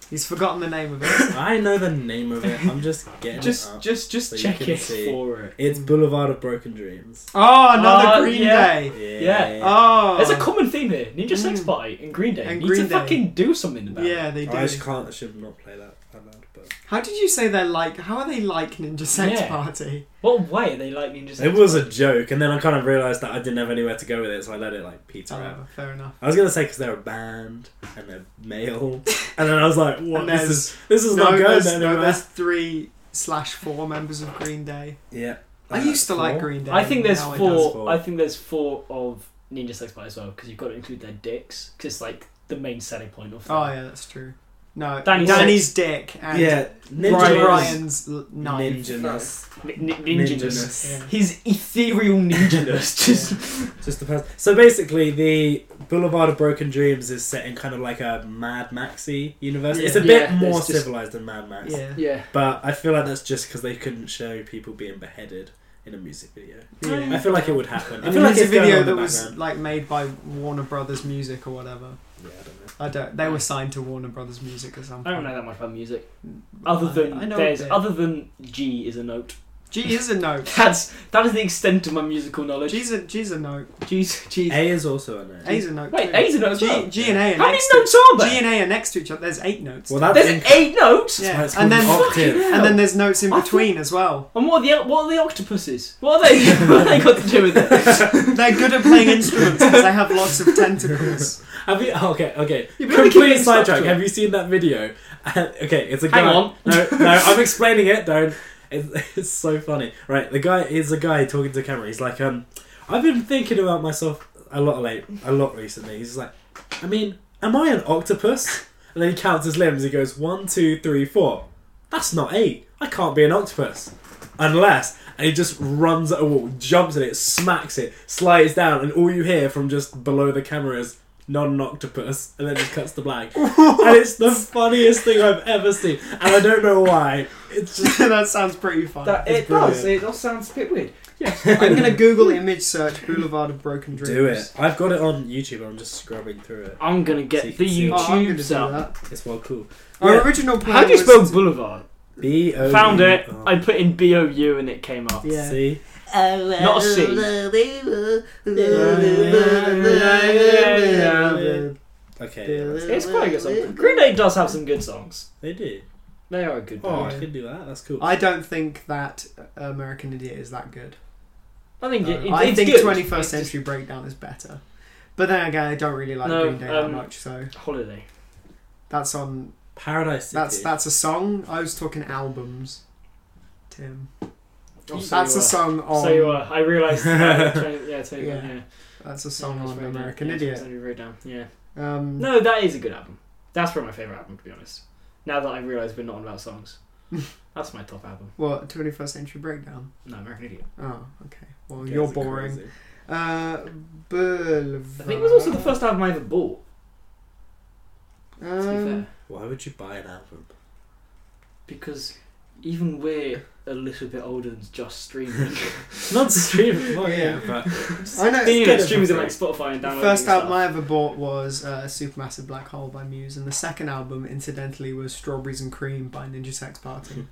[SPEAKER 1] he's forgotten the name of it.
[SPEAKER 3] I know the name of it. I'm just getting
[SPEAKER 2] just,
[SPEAKER 3] it up.
[SPEAKER 2] just, just
[SPEAKER 3] Uh, so you
[SPEAKER 2] check
[SPEAKER 3] can
[SPEAKER 2] it
[SPEAKER 3] see.
[SPEAKER 2] for it.
[SPEAKER 3] It's Boulevard of Broken Dreams.
[SPEAKER 1] Oh, another
[SPEAKER 2] Uh,
[SPEAKER 1] Green
[SPEAKER 2] yeah.
[SPEAKER 1] Day.
[SPEAKER 2] Yeah.
[SPEAKER 1] Oh,
[SPEAKER 2] There's a common theme here. Ninja Sex
[SPEAKER 1] Mm.
[SPEAKER 2] Party and Green Day
[SPEAKER 1] And
[SPEAKER 2] need
[SPEAKER 1] Green
[SPEAKER 2] to
[SPEAKER 1] Day.
[SPEAKER 2] fucking do something about. it.
[SPEAKER 3] Oh,
[SPEAKER 1] yeah, they do.
[SPEAKER 3] I just can't. I should not play that out loud. But
[SPEAKER 4] But
[SPEAKER 1] How did you say they're like? How are they like Ninja Sex
[SPEAKER 2] Yeah.
[SPEAKER 1] Party?
[SPEAKER 2] What way are they like Ninja Sex
[SPEAKER 3] It was a
[SPEAKER 2] Party?
[SPEAKER 3] joke, and then I kind of realised that I didn't have anywhere to go with it, so I let it like peter out.
[SPEAKER 1] Oh, fair enough.
[SPEAKER 3] I was gonna say because they're a band and they're male, and then I was like, "What?
[SPEAKER 1] And
[SPEAKER 3] This
[SPEAKER 1] there's-
[SPEAKER 3] is this is
[SPEAKER 1] No,
[SPEAKER 3] not good."
[SPEAKER 1] there's,
[SPEAKER 3] anywhere.
[SPEAKER 1] no, there's three slash four members of Green Day.
[SPEAKER 3] yeah,
[SPEAKER 1] I
[SPEAKER 3] Uh,
[SPEAKER 1] used to like
[SPEAKER 3] four?
[SPEAKER 1] Green Day.
[SPEAKER 2] I think there's
[SPEAKER 1] now I
[SPEAKER 2] four,
[SPEAKER 1] don't.
[SPEAKER 3] four.
[SPEAKER 2] I think there's four of Ninja Sex Party as well because you've got to include their dicks because like the main selling point of.
[SPEAKER 1] Oh yeah, that's true. No,
[SPEAKER 2] Danny's
[SPEAKER 1] Danny's dick and
[SPEAKER 3] Yeah,
[SPEAKER 1] Brian
[SPEAKER 2] Brian's-
[SPEAKER 3] Brian
[SPEAKER 1] Ryan's l- knife.
[SPEAKER 4] ninja-ness.
[SPEAKER 2] N- n- ninja-ness.
[SPEAKER 3] Ninja-ness.
[SPEAKER 1] Yeah.
[SPEAKER 2] His ethereal ninja-ness just
[SPEAKER 3] Just the past. So basically, the Boulevard of Broken Dreams is set in kind of like a Mad Maxi universe.
[SPEAKER 1] Yeah.
[SPEAKER 3] It's a bit
[SPEAKER 2] Yeah,
[SPEAKER 3] more
[SPEAKER 2] it's just-
[SPEAKER 3] civilized than Mad Max,
[SPEAKER 1] Yeah.
[SPEAKER 2] yeah.
[SPEAKER 3] but I feel like that's just because they couldn't show people being beheaded in a music video.
[SPEAKER 1] Yeah.
[SPEAKER 3] I feel like it would happen. I
[SPEAKER 1] And
[SPEAKER 3] feel like
[SPEAKER 1] there's a
[SPEAKER 3] it's going on
[SPEAKER 1] video
[SPEAKER 3] in the
[SPEAKER 1] that was
[SPEAKER 3] background.
[SPEAKER 1] like made by Warner Brothers Music or whatever.
[SPEAKER 3] Yeah, I don't know.
[SPEAKER 1] I don't. They were signed to Warner Brothers Music or something.
[SPEAKER 2] I don't know that much about music. Other than
[SPEAKER 1] Mm, I know a
[SPEAKER 2] there's
[SPEAKER 1] bit.
[SPEAKER 2] other than G is a note.
[SPEAKER 1] G is a note.
[SPEAKER 2] That's that is the extent of my musical knowledge.
[SPEAKER 1] G's a G's a note.
[SPEAKER 2] G's G's.
[SPEAKER 3] A is also a note.
[SPEAKER 1] A's a note.
[SPEAKER 2] Wait,
[SPEAKER 1] too.
[SPEAKER 2] A's a note as
[SPEAKER 1] G,
[SPEAKER 2] well.
[SPEAKER 1] G and A are
[SPEAKER 2] How many
[SPEAKER 1] next to
[SPEAKER 2] notes are
[SPEAKER 1] G
[SPEAKER 2] there?
[SPEAKER 1] and A are next to each other. There's eight notes.
[SPEAKER 3] Well, that's
[SPEAKER 2] There's eight notes.
[SPEAKER 1] Yeah.
[SPEAKER 3] That's
[SPEAKER 1] And
[SPEAKER 3] called
[SPEAKER 1] then-
[SPEAKER 3] an octave.
[SPEAKER 1] and then there's notes in
[SPEAKER 2] I
[SPEAKER 1] between as well.
[SPEAKER 2] And what are the what are the octopuses? What are they? what have they got to do with it?
[SPEAKER 1] They're good at playing instruments because they have lots of tentacles.
[SPEAKER 3] Have you? oh, Okay, okay.
[SPEAKER 2] You're really keeping
[SPEAKER 3] Complete
[SPEAKER 2] it
[SPEAKER 3] sidetrack.
[SPEAKER 2] structured.
[SPEAKER 3] Have you seen that video? okay, it's a guy.
[SPEAKER 2] Hang on.
[SPEAKER 3] No, no, I'm explaining it. Don't. It's, it's so funny. Right, the guy is a guy talking to the camera. He's like, um, I've been thinking about myself a lot late, a lot recently. He's like, I mean, am I an octopus? And then he counts his limbs. He goes one, two, three, four. That's not eight. I can't be an octopus. Unless, and he just runs at a wall, jumps at it, smacks it, slides down, and all you hear from just below the camera is not an octopus, and then just cuts to black. and it's the funniest thing I've ever seen, and I don't know why. It's just
[SPEAKER 1] that sounds pretty fun.
[SPEAKER 2] That,
[SPEAKER 3] It's
[SPEAKER 2] it does.
[SPEAKER 3] brilliant.
[SPEAKER 2] It all sounds a bit weird.
[SPEAKER 1] I'm gonna Google image search Boulevard of Broken Dreams.
[SPEAKER 3] do it. I've got it on YouTube. I'm just scrubbing through it.
[SPEAKER 2] I'm gonna
[SPEAKER 3] So you
[SPEAKER 2] get
[SPEAKER 3] can
[SPEAKER 2] the
[SPEAKER 3] see it.
[SPEAKER 1] Oh, I'm gonna do
[SPEAKER 2] YouTube's up.
[SPEAKER 1] that.
[SPEAKER 3] It's well cool.
[SPEAKER 1] Our
[SPEAKER 3] Yeah.
[SPEAKER 1] original plan
[SPEAKER 2] How do you
[SPEAKER 1] was
[SPEAKER 2] spell
[SPEAKER 1] to-
[SPEAKER 2] Boulevard?
[SPEAKER 3] B
[SPEAKER 1] Oh,
[SPEAKER 3] O
[SPEAKER 2] Found
[SPEAKER 3] U
[SPEAKER 2] it.
[SPEAKER 3] R.
[SPEAKER 2] I put in B O U and it came up.
[SPEAKER 1] Yeah.
[SPEAKER 3] See,
[SPEAKER 2] Not a C.
[SPEAKER 3] okay, yeah,
[SPEAKER 2] It's quite a good song. Green Day does have some good songs.
[SPEAKER 3] they do.
[SPEAKER 2] They are a good
[SPEAKER 3] Oh,
[SPEAKER 2] band.
[SPEAKER 3] I could do that. That's cool.
[SPEAKER 1] I don't think that American Idiot is that good.
[SPEAKER 2] I think it, it,
[SPEAKER 1] I
[SPEAKER 2] it's
[SPEAKER 1] think
[SPEAKER 2] good.
[SPEAKER 1] 21st
[SPEAKER 2] It's just-
[SPEAKER 1] Century Breakdown is better. But then again, I don't really like
[SPEAKER 2] No,
[SPEAKER 1] Green Day
[SPEAKER 2] um,
[SPEAKER 1] that much, so
[SPEAKER 2] Holiday.
[SPEAKER 1] that's on.
[SPEAKER 3] Paradise City.
[SPEAKER 1] That's that's a song. I was talking albums, Tim.
[SPEAKER 2] Oh, so
[SPEAKER 1] that's
[SPEAKER 2] you
[SPEAKER 1] a
[SPEAKER 2] are.
[SPEAKER 1] song on.
[SPEAKER 2] So you are. I realised. that. yeah, totally.
[SPEAKER 1] Yeah.
[SPEAKER 2] Yeah. yeah.
[SPEAKER 1] That's a song
[SPEAKER 2] Yeah,
[SPEAKER 1] on
[SPEAKER 2] it's wrote
[SPEAKER 1] American
[SPEAKER 2] down. Yeah,
[SPEAKER 1] Idiot.
[SPEAKER 2] it's only wrote down. Yeah.
[SPEAKER 1] Um,
[SPEAKER 2] No, that is a good album. That's probably my favourite album, to be honest. Now that I realise we're not on about songs. That's my top album.
[SPEAKER 1] What, 21st Century Breakdown?
[SPEAKER 2] No, American Idiot.
[SPEAKER 1] Oh, okay. Well,
[SPEAKER 3] Guys
[SPEAKER 1] you're
[SPEAKER 3] are
[SPEAKER 1] boring.
[SPEAKER 3] crazy.
[SPEAKER 1] Uh,
[SPEAKER 2] I
[SPEAKER 1] Boulevard.
[SPEAKER 2] think it was also the first album I ever bought, to be
[SPEAKER 1] Um,
[SPEAKER 2] fair.
[SPEAKER 3] Why would you buy an album?
[SPEAKER 2] Because even we're a little bit older than just streaming.
[SPEAKER 3] Not streaming.
[SPEAKER 2] Oh,
[SPEAKER 3] Well,
[SPEAKER 1] Yeah.
[SPEAKER 3] yeah, but
[SPEAKER 1] I know.
[SPEAKER 3] Let's
[SPEAKER 2] Being
[SPEAKER 3] get
[SPEAKER 2] on
[SPEAKER 3] it
[SPEAKER 2] streaming
[SPEAKER 3] for
[SPEAKER 2] like
[SPEAKER 3] free.
[SPEAKER 2] Spotify and
[SPEAKER 1] The
[SPEAKER 2] downloading.
[SPEAKER 1] first
[SPEAKER 2] and stuff.
[SPEAKER 1] album I ever bought was uh, Supermassive Black Hole by Muse, and the second album, incidentally, was Strawberries and Cream by Ninja Sex Party.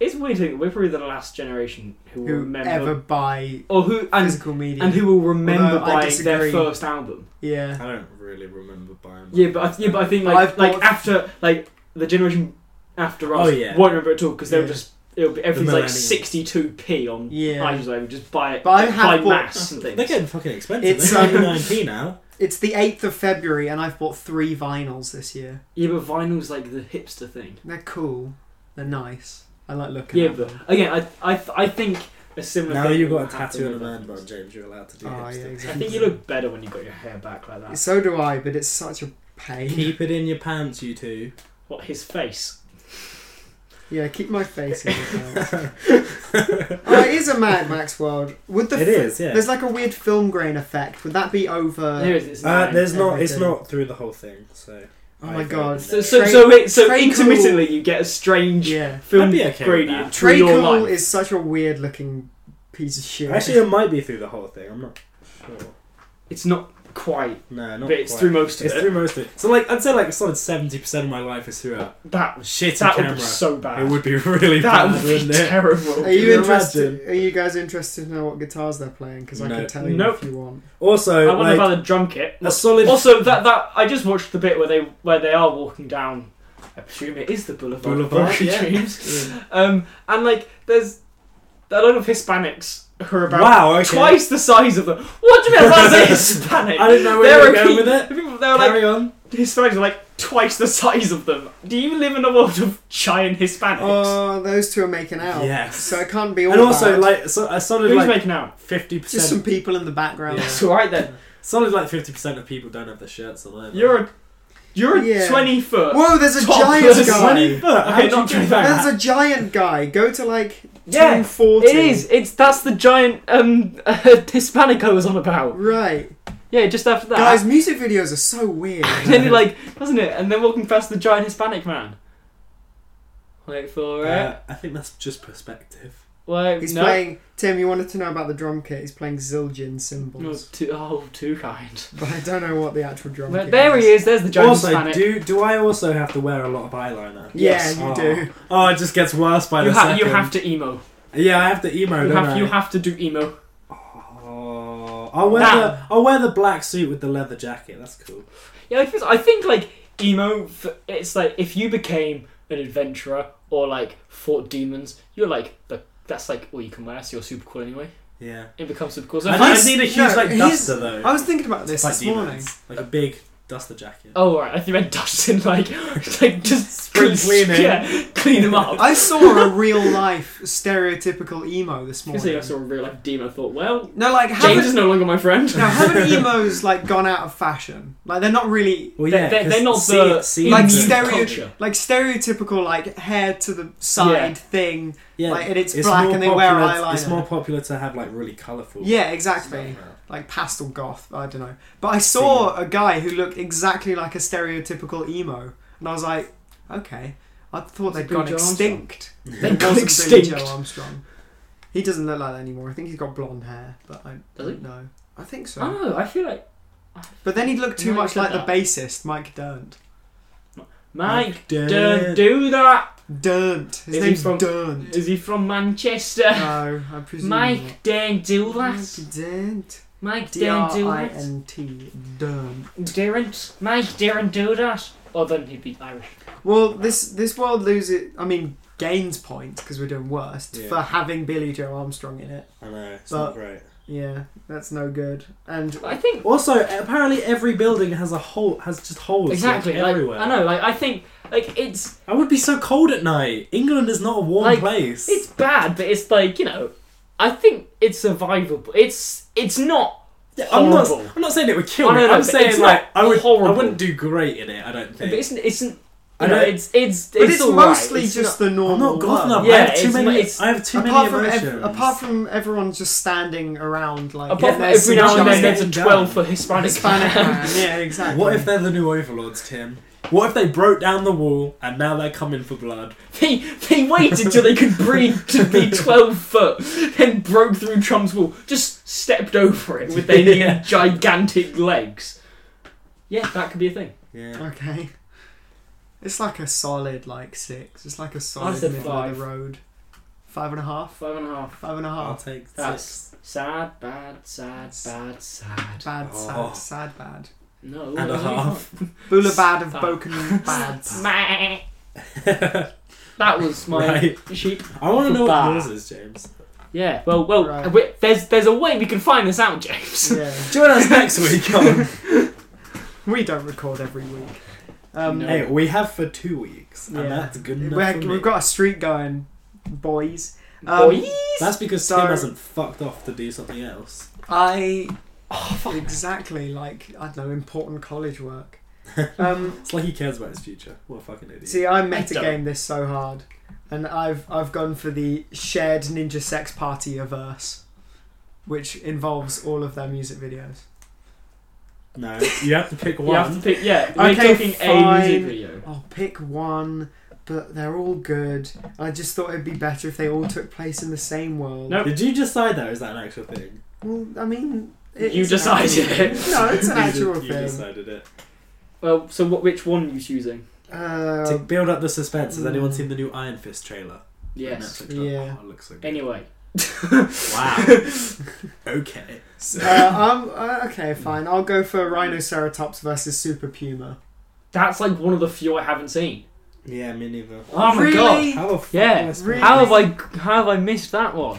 [SPEAKER 2] It's weird. to think We're probably the last generation who will
[SPEAKER 1] who
[SPEAKER 2] remember
[SPEAKER 1] ever buy
[SPEAKER 2] or who and
[SPEAKER 1] physical media?
[SPEAKER 2] and who will remember
[SPEAKER 1] Although I
[SPEAKER 2] buying their
[SPEAKER 1] disagree.
[SPEAKER 2] first album.
[SPEAKER 1] yeah.
[SPEAKER 3] I don't really remember buying.
[SPEAKER 2] Yeah, but I, yeah, but I think like
[SPEAKER 1] I've
[SPEAKER 2] like
[SPEAKER 1] bought-
[SPEAKER 2] after like the generation after us
[SPEAKER 3] Oh, yeah.
[SPEAKER 2] won't remember it at all because they'll
[SPEAKER 1] Yeah.
[SPEAKER 2] just it'll be everything's like
[SPEAKER 3] millennials.
[SPEAKER 2] sixty two p on
[SPEAKER 1] Yeah.
[SPEAKER 2] iTunes. Like, just buy it
[SPEAKER 1] But I
[SPEAKER 2] buy
[SPEAKER 1] have bought-
[SPEAKER 2] mass and things.
[SPEAKER 3] They're getting fucking expensive.
[SPEAKER 1] It's,
[SPEAKER 3] They're
[SPEAKER 1] um,
[SPEAKER 3] only 9p now.
[SPEAKER 1] It's the 8th of February, and I've bought three vinyls this year.
[SPEAKER 2] Yeah, but vinyl's like the hipster thing.
[SPEAKER 1] They're cool. They're nice. I like looking
[SPEAKER 2] Yeah,
[SPEAKER 1] at
[SPEAKER 2] but
[SPEAKER 1] them.
[SPEAKER 2] again, I I I think a similar.
[SPEAKER 3] Now
[SPEAKER 2] thing
[SPEAKER 3] you've
[SPEAKER 2] will
[SPEAKER 3] got a
[SPEAKER 2] happen
[SPEAKER 3] tattoo and a
[SPEAKER 2] with
[SPEAKER 3] man
[SPEAKER 2] albums.
[SPEAKER 3] bun, James. You're allowed to do
[SPEAKER 1] Oh, yeah,
[SPEAKER 3] hipster.
[SPEAKER 2] I
[SPEAKER 1] exactly.
[SPEAKER 2] think you look better when you got your hair back like that.
[SPEAKER 1] So do I, but it's such a pain.
[SPEAKER 3] Keep it in your pants, you two.
[SPEAKER 2] What his face?
[SPEAKER 1] Yeah, keep my face in your mouth. oh, it is a Mad Max world. Would the
[SPEAKER 3] It
[SPEAKER 1] fi-
[SPEAKER 3] is, yeah.
[SPEAKER 1] There's like a weird film grain effect. Would that be over?
[SPEAKER 2] there is. It's
[SPEAKER 3] Uh,
[SPEAKER 2] nine.
[SPEAKER 3] there's not. It's
[SPEAKER 1] Everything.
[SPEAKER 3] not through the whole thing. So.
[SPEAKER 1] Oh my God.
[SPEAKER 2] So, so, so, it, so
[SPEAKER 1] Trey
[SPEAKER 2] intermittently you get a strange
[SPEAKER 1] Yeah.
[SPEAKER 2] film
[SPEAKER 3] I'd be okay with
[SPEAKER 2] gradient
[SPEAKER 3] that.
[SPEAKER 2] through
[SPEAKER 1] Trey
[SPEAKER 2] your
[SPEAKER 1] Cool
[SPEAKER 2] life.
[SPEAKER 1] is such a weird looking piece of shit.
[SPEAKER 3] Actually, it might be through the whole thing. I'm not sure.
[SPEAKER 2] It's not quite,
[SPEAKER 3] No, not.
[SPEAKER 2] but it's
[SPEAKER 3] quite.
[SPEAKER 2] through most of
[SPEAKER 3] It's
[SPEAKER 2] it.
[SPEAKER 3] through most of it. So like, I'd say like a solid seventy percent of my life is through a
[SPEAKER 2] that
[SPEAKER 3] shitty
[SPEAKER 2] that would
[SPEAKER 3] camera.
[SPEAKER 2] be so bad.
[SPEAKER 3] it would be really
[SPEAKER 2] that
[SPEAKER 3] bad,
[SPEAKER 2] would be
[SPEAKER 3] wouldn't it?
[SPEAKER 1] are
[SPEAKER 2] terrible.
[SPEAKER 3] Can
[SPEAKER 1] you
[SPEAKER 3] you
[SPEAKER 1] interested?
[SPEAKER 3] imagine?
[SPEAKER 1] Are you guys interested to know what guitars they're playing? Because I
[SPEAKER 3] No.
[SPEAKER 1] can tell you
[SPEAKER 2] Nope.
[SPEAKER 1] if you want.
[SPEAKER 3] Also,
[SPEAKER 2] I wonder
[SPEAKER 3] like
[SPEAKER 2] about the drum kit.
[SPEAKER 3] a solid.
[SPEAKER 2] Also, that that I just watched the bit where they where they are walking down I presume it is the Boulevard,
[SPEAKER 3] Boulevard,
[SPEAKER 2] of Broken
[SPEAKER 3] yeah.
[SPEAKER 2] Dreams. Um, and like, there's a lot of Hispanics who are about
[SPEAKER 3] Wow, okay.
[SPEAKER 2] twice the size of the. What do you mean? That's Hispanic.
[SPEAKER 3] I didn't know where
[SPEAKER 2] There
[SPEAKER 3] you
[SPEAKER 2] are
[SPEAKER 3] were going
[SPEAKER 2] people-
[SPEAKER 3] with it.
[SPEAKER 2] People, they're like
[SPEAKER 3] Carry on.
[SPEAKER 2] Hispanics are like twice the size of them. Do you live in a world of giant Hispanics?
[SPEAKER 3] Uh,
[SPEAKER 1] Oh, those two are making out.
[SPEAKER 3] Yes.
[SPEAKER 1] So it can't be all
[SPEAKER 3] And also,
[SPEAKER 1] bad.
[SPEAKER 3] like, so, a solid
[SPEAKER 2] Who's
[SPEAKER 3] like
[SPEAKER 2] making out?
[SPEAKER 3] fifty
[SPEAKER 1] just some
[SPEAKER 3] percent.
[SPEAKER 1] people in the background.
[SPEAKER 3] Yeah.
[SPEAKER 2] It's all right then.
[SPEAKER 3] Solid like fifty percent of people don't have their shirts on. Either.
[SPEAKER 2] You're a you're a
[SPEAKER 1] Yeah.
[SPEAKER 2] twenty foot.
[SPEAKER 1] Whoa, there's a
[SPEAKER 2] Top
[SPEAKER 1] giant
[SPEAKER 2] person.
[SPEAKER 1] guy.
[SPEAKER 3] twenty foot.
[SPEAKER 2] Okay,
[SPEAKER 3] How do
[SPEAKER 2] not
[SPEAKER 3] you do
[SPEAKER 2] too
[SPEAKER 3] that?
[SPEAKER 1] There's a giant guy. Go to like
[SPEAKER 2] Yeah,
[SPEAKER 1] 240.
[SPEAKER 2] It is. It's that's the giant um Hispanic I was on about.
[SPEAKER 1] Right.
[SPEAKER 2] Yeah, just after that.
[SPEAKER 1] Guys, music videos are so weird.
[SPEAKER 2] And then you're like, doesn't it? And then walking past the giant Hispanic man. Wait for it.
[SPEAKER 3] Uh, I think that's just perspective.
[SPEAKER 2] Wait,
[SPEAKER 1] He's
[SPEAKER 2] no.
[SPEAKER 1] playing. Tim, you wanted to know about the drum kit. He's playing Zildjian
[SPEAKER 2] No,
[SPEAKER 1] cymbals.
[SPEAKER 2] too, oh, too kind.
[SPEAKER 1] But I don't know what the actual drum
[SPEAKER 2] Well,
[SPEAKER 1] kit
[SPEAKER 2] there he is. There's the giant
[SPEAKER 3] Also,
[SPEAKER 2] Hispanic.
[SPEAKER 3] do do I also have to wear a lot of eyeliner?
[SPEAKER 1] Yeah,
[SPEAKER 2] Yes.
[SPEAKER 1] you
[SPEAKER 3] oh.
[SPEAKER 1] do.
[SPEAKER 3] Oh, it just gets worse by
[SPEAKER 2] you,
[SPEAKER 3] the
[SPEAKER 2] ha-
[SPEAKER 3] second.
[SPEAKER 2] you have to emo.
[SPEAKER 3] Yeah, I have to emo.
[SPEAKER 2] You
[SPEAKER 3] don't
[SPEAKER 2] have,
[SPEAKER 3] I?
[SPEAKER 2] you have to do emo.
[SPEAKER 3] Oh, I'll wear
[SPEAKER 2] Damn.
[SPEAKER 3] the I'll wear the black suit with the leather jacket. That's cool.
[SPEAKER 2] Yeah, I think, I think like emo. f- It's like if you became an adventurer or like fought demons, you're like the, that's like all you can wear. So you're super cool anyway.
[SPEAKER 3] Yeah.
[SPEAKER 2] It becomes super cool. So
[SPEAKER 3] I,
[SPEAKER 2] if
[SPEAKER 3] need-
[SPEAKER 2] I-
[SPEAKER 3] I need a huge
[SPEAKER 1] no,
[SPEAKER 3] like
[SPEAKER 1] he's-
[SPEAKER 3] duster though.
[SPEAKER 1] I was thinking about this
[SPEAKER 3] Like
[SPEAKER 1] this
[SPEAKER 3] demons.
[SPEAKER 1] morning.
[SPEAKER 3] like a big duster jacket.
[SPEAKER 2] Oh right, I think I dust in like like just
[SPEAKER 3] Spring
[SPEAKER 2] clean-
[SPEAKER 3] cleaning.
[SPEAKER 2] Yeah, clean them up.
[SPEAKER 1] I saw a real life stereotypical emo this
[SPEAKER 2] Because I
[SPEAKER 1] morning.
[SPEAKER 2] saw a real life demon, I thought, well,
[SPEAKER 1] No, like
[SPEAKER 2] James is
[SPEAKER 1] haven't
[SPEAKER 2] no longer my friend.
[SPEAKER 1] now haven't emos like gone out of fashion? Like they're not really
[SPEAKER 3] Well,
[SPEAKER 2] They-
[SPEAKER 3] yeah,
[SPEAKER 2] they-
[SPEAKER 3] 'cause
[SPEAKER 2] they're not
[SPEAKER 3] see-
[SPEAKER 2] the-
[SPEAKER 3] see-
[SPEAKER 1] like
[SPEAKER 2] Emo
[SPEAKER 1] stereo
[SPEAKER 2] culture.
[SPEAKER 1] like stereotypical like hair to the side
[SPEAKER 2] Yeah.
[SPEAKER 1] thing.
[SPEAKER 3] yeah,
[SPEAKER 1] like, and it's black
[SPEAKER 3] more
[SPEAKER 1] and they wear
[SPEAKER 3] popular-
[SPEAKER 1] eyeliner.
[SPEAKER 3] It's more popular to have like really colourful.
[SPEAKER 1] Yeah,
[SPEAKER 3] stuff
[SPEAKER 1] exactly.
[SPEAKER 3] now.
[SPEAKER 1] Like pastel goth. I don't know. But I saw a guy who looked exactly like a stereotypical emo, and I was like, okay. I thought
[SPEAKER 2] Was it
[SPEAKER 1] they'd gone
[SPEAKER 2] Billy Joe
[SPEAKER 1] extinct.
[SPEAKER 2] They
[SPEAKER 1] It
[SPEAKER 2] got
[SPEAKER 1] wasn't
[SPEAKER 2] extinct.
[SPEAKER 1] Billy Joe Armstrong. He doesn't look like that anymore. I think he's got blonde hair, but I
[SPEAKER 2] Does he?
[SPEAKER 1] don't know. I think so.
[SPEAKER 2] Oh, I feel like
[SPEAKER 1] But then he'd look too
[SPEAKER 2] No, you
[SPEAKER 1] much
[SPEAKER 2] said
[SPEAKER 1] like
[SPEAKER 2] that.
[SPEAKER 1] the bassist, Mike Durnt.
[SPEAKER 2] Mike.
[SPEAKER 3] Dead.
[SPEAKER 2] Don't
[SPEAKER 1] uh,
[SPEAKER 2] do that.
[SPEAKER 1] Durnt. His
[SPEAKER 2] Is he
[SPEAKER 1] name's
[SPEAKER 2] from-
[SPEAKER 1] Durnt.
[SPEAKER 2] Is he from Manchester?
[SPEAKER 1] No, I presume. not.
[SPEAKER 2] Mike, don't do
[SPEAKER 1] Mike
[SPEAKER 2] that.
[SPEAKER 1] Durnt.
[SPEAKER 2] Mike,
[SPEAKER 1] D
[SPEAKER 2] don't
[SPEAKER 1] R
[SPEAKER 2] do
[SPEAKER 1] I
[SPEAKER 2] that.
[SPEAKER 1] N T. Durnt.
[SPEAKER 2] Darren, Mike, daren't do that. Or then he'd be Irish.
[SPEAKER 1] Well, this this world loses. I mean, gains points because we're doing worst
[SPEAKER 3] Yeah.
[SPEAKER 1] for having Billy Joe Armstrong in it.
[SPEAKER 3] I know. It's
[SPEAKER 1] But-
[SPEAKER 3] not great.
[SPEAKER 1] Yeah, that's no good. And
[SPEAKER 2] I think
[SPEAKER 3] Also, apparently every building has a hole has just holes like,
[SPEAKER 2] exactly. Like,
[SPEAKER 3] everywhere.
[SPEAKER 2] I know. Like I think like it's
[SPEAKER 3] I would be so cold at night. England is not a warm
[SPEAKER 2] Like,
[SPEAKER 3] place.
[SPEAKER 2] it's bad, but it's like you know. I think it's survivable. It's it's not
[SPEAKER 3] Yeah, I'm not.
[SPEAKER 2] horrible.
[SPEAKER 3] I'm not saying it would kill
[SPEAKER 2] I
[SPEAKER 3] me.
[SPEAKER 2] know, no, but
[SPEAKER 3] I'm
[SPEAKER 2] it's not
[SPEAKER 3] saying like I would. I
[SPEAKER 2] horrible.
[SPEAKER 3] wouldn't do great in it. I don't
[SPEAKER 2] But
[SPEAKER 3] think.
[SPEAKER 2] it's isn't.
[SPEAKER 3] I
[SPEAKER 2] You know,
[SPEAKER 3] don't-
[SPEAKER 2] it's it's
[SPEAKER 1] but it's,
[SPEAKER 2] alright.
[SPEAKER 1] mostly
[SPEAKER 2] It's
[SPEAKER 1] just
[SPEAKER 2] not-
[SPEAKER 1] the normal.
[SPEAKER 3] I'm not goth
[SPEAKER 1] world.
[SPEAKER 3] enough.
[SPEAKER 2] Yeah,
[SPEAKER 3] I have too
[SPEAKER 2] it's
[SPEAKER 3] many.
[SPEAKER 2] not- it's-
[SPEAKER 3] I have too
[SPEAKER 1] apart from
[SPEAKER 3] many
[SPEAKER 1] ev-
[SPEAKER 3] emotions.
[SPEAKER 1] apart from everyone just standing around like
[SPEAKER 2] apart
[SPEAKER 1] yeah,
[SPEAKER 2] from
[SPEAKER 1] there's
[SPEAKER 2] every
[SPEAKER 1] some
[SPEAKER 2] now and then
[SPEAKER 1] giant
[SPEAKER 2] there's a
[SPEAKER 3] down.
[SPEAKER 2] twelve for Hispanic.
[SPEAKER 1] Hispanic man. Yeah, exactly.
[SPEAKER 3] what if they're the new overlords, Tim? What if they broke down the wall and now they're coming for blood?
[SPEAKER 2] they they waited till they could breed to be twelve foot, then broke through Trump's wall, just stepped over it with their
[SPEAKER 3] Yeah.
[SPEAKER 2] new gigantic legs. Yeah, that could be a thing.
[SPEAKER 3] Yeah.
[SPEAKER 1] Okay. It's like a solid like six. It's like a solid
[SPEAKER 2] said
[SPEAKER 1] middle
[SPEAKER 2] five.
[SPEAKER 1] of the road. Five and a half.
[SPEAKER 2] Five and a half.
[SPEAKER 1] Five and a
[SPEAKER 3] I'll
[SPEAKER 1] half.
[SPEAKER 3] take
[SPEAKER 2] Ah, That's-
[SPEAKER 3] six.
[SPEAKER 2] Sad, bad, sad, bad, sad.
[SPEAKER 1] Bad,
[SPEAKER 3] Oh.
[SPEAKER 1] sad, sad, bad.
[SPEAKER 2] No,
[SPEAKER 3] And a
[SPEAKER 2] no,
[SPEAKER 3] half.
[SPEAKER 1] Boulevard of
[SPEAKER 2] Sad.
[SPEAKER 1] Boken Bads.
[SPEAKER 2] Meh. that was my
[SPEAKER 3] Right.
[SPEAKER 2] sheep.
[SPEAKER 3] I want to know
[SPEAKER 2] Bah.
[SPEAKER 3] what yours is, James.
[SPEAKER 2] Yeah. Well, well,
[SPEAKER 1] Right.
[SPEAKER 2] we- there's there's a way we can find this out, James.
[SPEAKER 1] yeah.
[SPEAKER 3] Join us next week. on-
[SPEAKER 1] We don't record every week. Um,
[SPEAKER 2] No.
[SPEAKER 3] hey, we have for two weeks, and
[SPEAKER 1] Yeah.
[SPEAKER 3] that's good enough.
[SPEAKER 1] we're,
[SPEAKER 3] for me.
[SPEAKER 1] we've got a streak going, boys. Um,
[SPEAKER 2] Boy.
[SPEAKER 3] That's because
[SPEAKER 1] So-
[SPEAKER 3] Tim hasn't fucked off to do something else.
[SPEAKER 1] I Oh,
[SPEAKER 2] oh,
[SPEAKER 1] exactly like I don't know important college work. Um,
[SPEAKER 3] It's like he cares about his future. What a fucking idiot.
[SPEAKER 1] see, I
[SPEAKER 2] don't.
[SPEAKER 1] metagame this so hard, and I've I've gone for the shared ninja sex party averse, which involves all of their music videos.
[SPEAKER 3] no, you have to pick
[SPEAKER 2] You have
[SPEAKER 3] one.
[SPEAKER 2] to pick. Yeah, we're
[SPEAKER 1] Okay,
[SPEAKER 2] talking a
[SPEAKER 1] fine.
[SPEAKER 2] music video.
[SPEAKER 1] I'll pick one, but they're all good. I just thought it'd be better if they all took place in the same world.
[SPEAKER 2] No.
[SPEAKER 3] Did you decide that? Or is that an actual thing?
[SPEAKER 1] Well, I mean,
[SPEAKER 2] You
[SPEAKER 1] an
[SPEAKER 2] decided
[SPEAKER 1] actual-
[SPEAKER 2] it.
[SPEAKER 1] No, it's an
[SPEAKER 3] You
[SPEAKER 1] actual
[SPEAKER 3] did- You
[SPEAKER 1] thing.
[SPEAKER 3] decided it.
[SPEAKER 2] Well, so what? Which one are you choosing?
[SPEAKER 3] to
[SPEAKER 1] Uh,
[SPEAKER 3] build up the suspense, has anyone
[SPEAKER 1] Mm.
[SPEAKER 3] seen the new Iron Fist trailer?
[SPEAKER 2] Yes.
[SPEAKER 3] Netflix?
[SPEAKER 1] Yeah.
[SPEAKER 3] Oh, it looks so good.
[SPEAKER 2] Anyway.
[SPEAKER 3] Wow. okay. So,
[SPEAKER 1] uh, um, uh, okay, fine. I'll go for Rhinoceratops versus Super Puma.
[SPEAKER 2] That's like one of the few I haven't seen.
[SPEAKER 3] Yeah, me neither.
[SPEAKER 2] Oh my
[SPEAKER 1] really?
[SPEAKER 2] god!
[SPEAKER 3] How the fuck
[SPEAKER 2] Yeah,
[SPEAKER 3] am I supposed-
[SPEAKER 2] How have I how have I missed that one?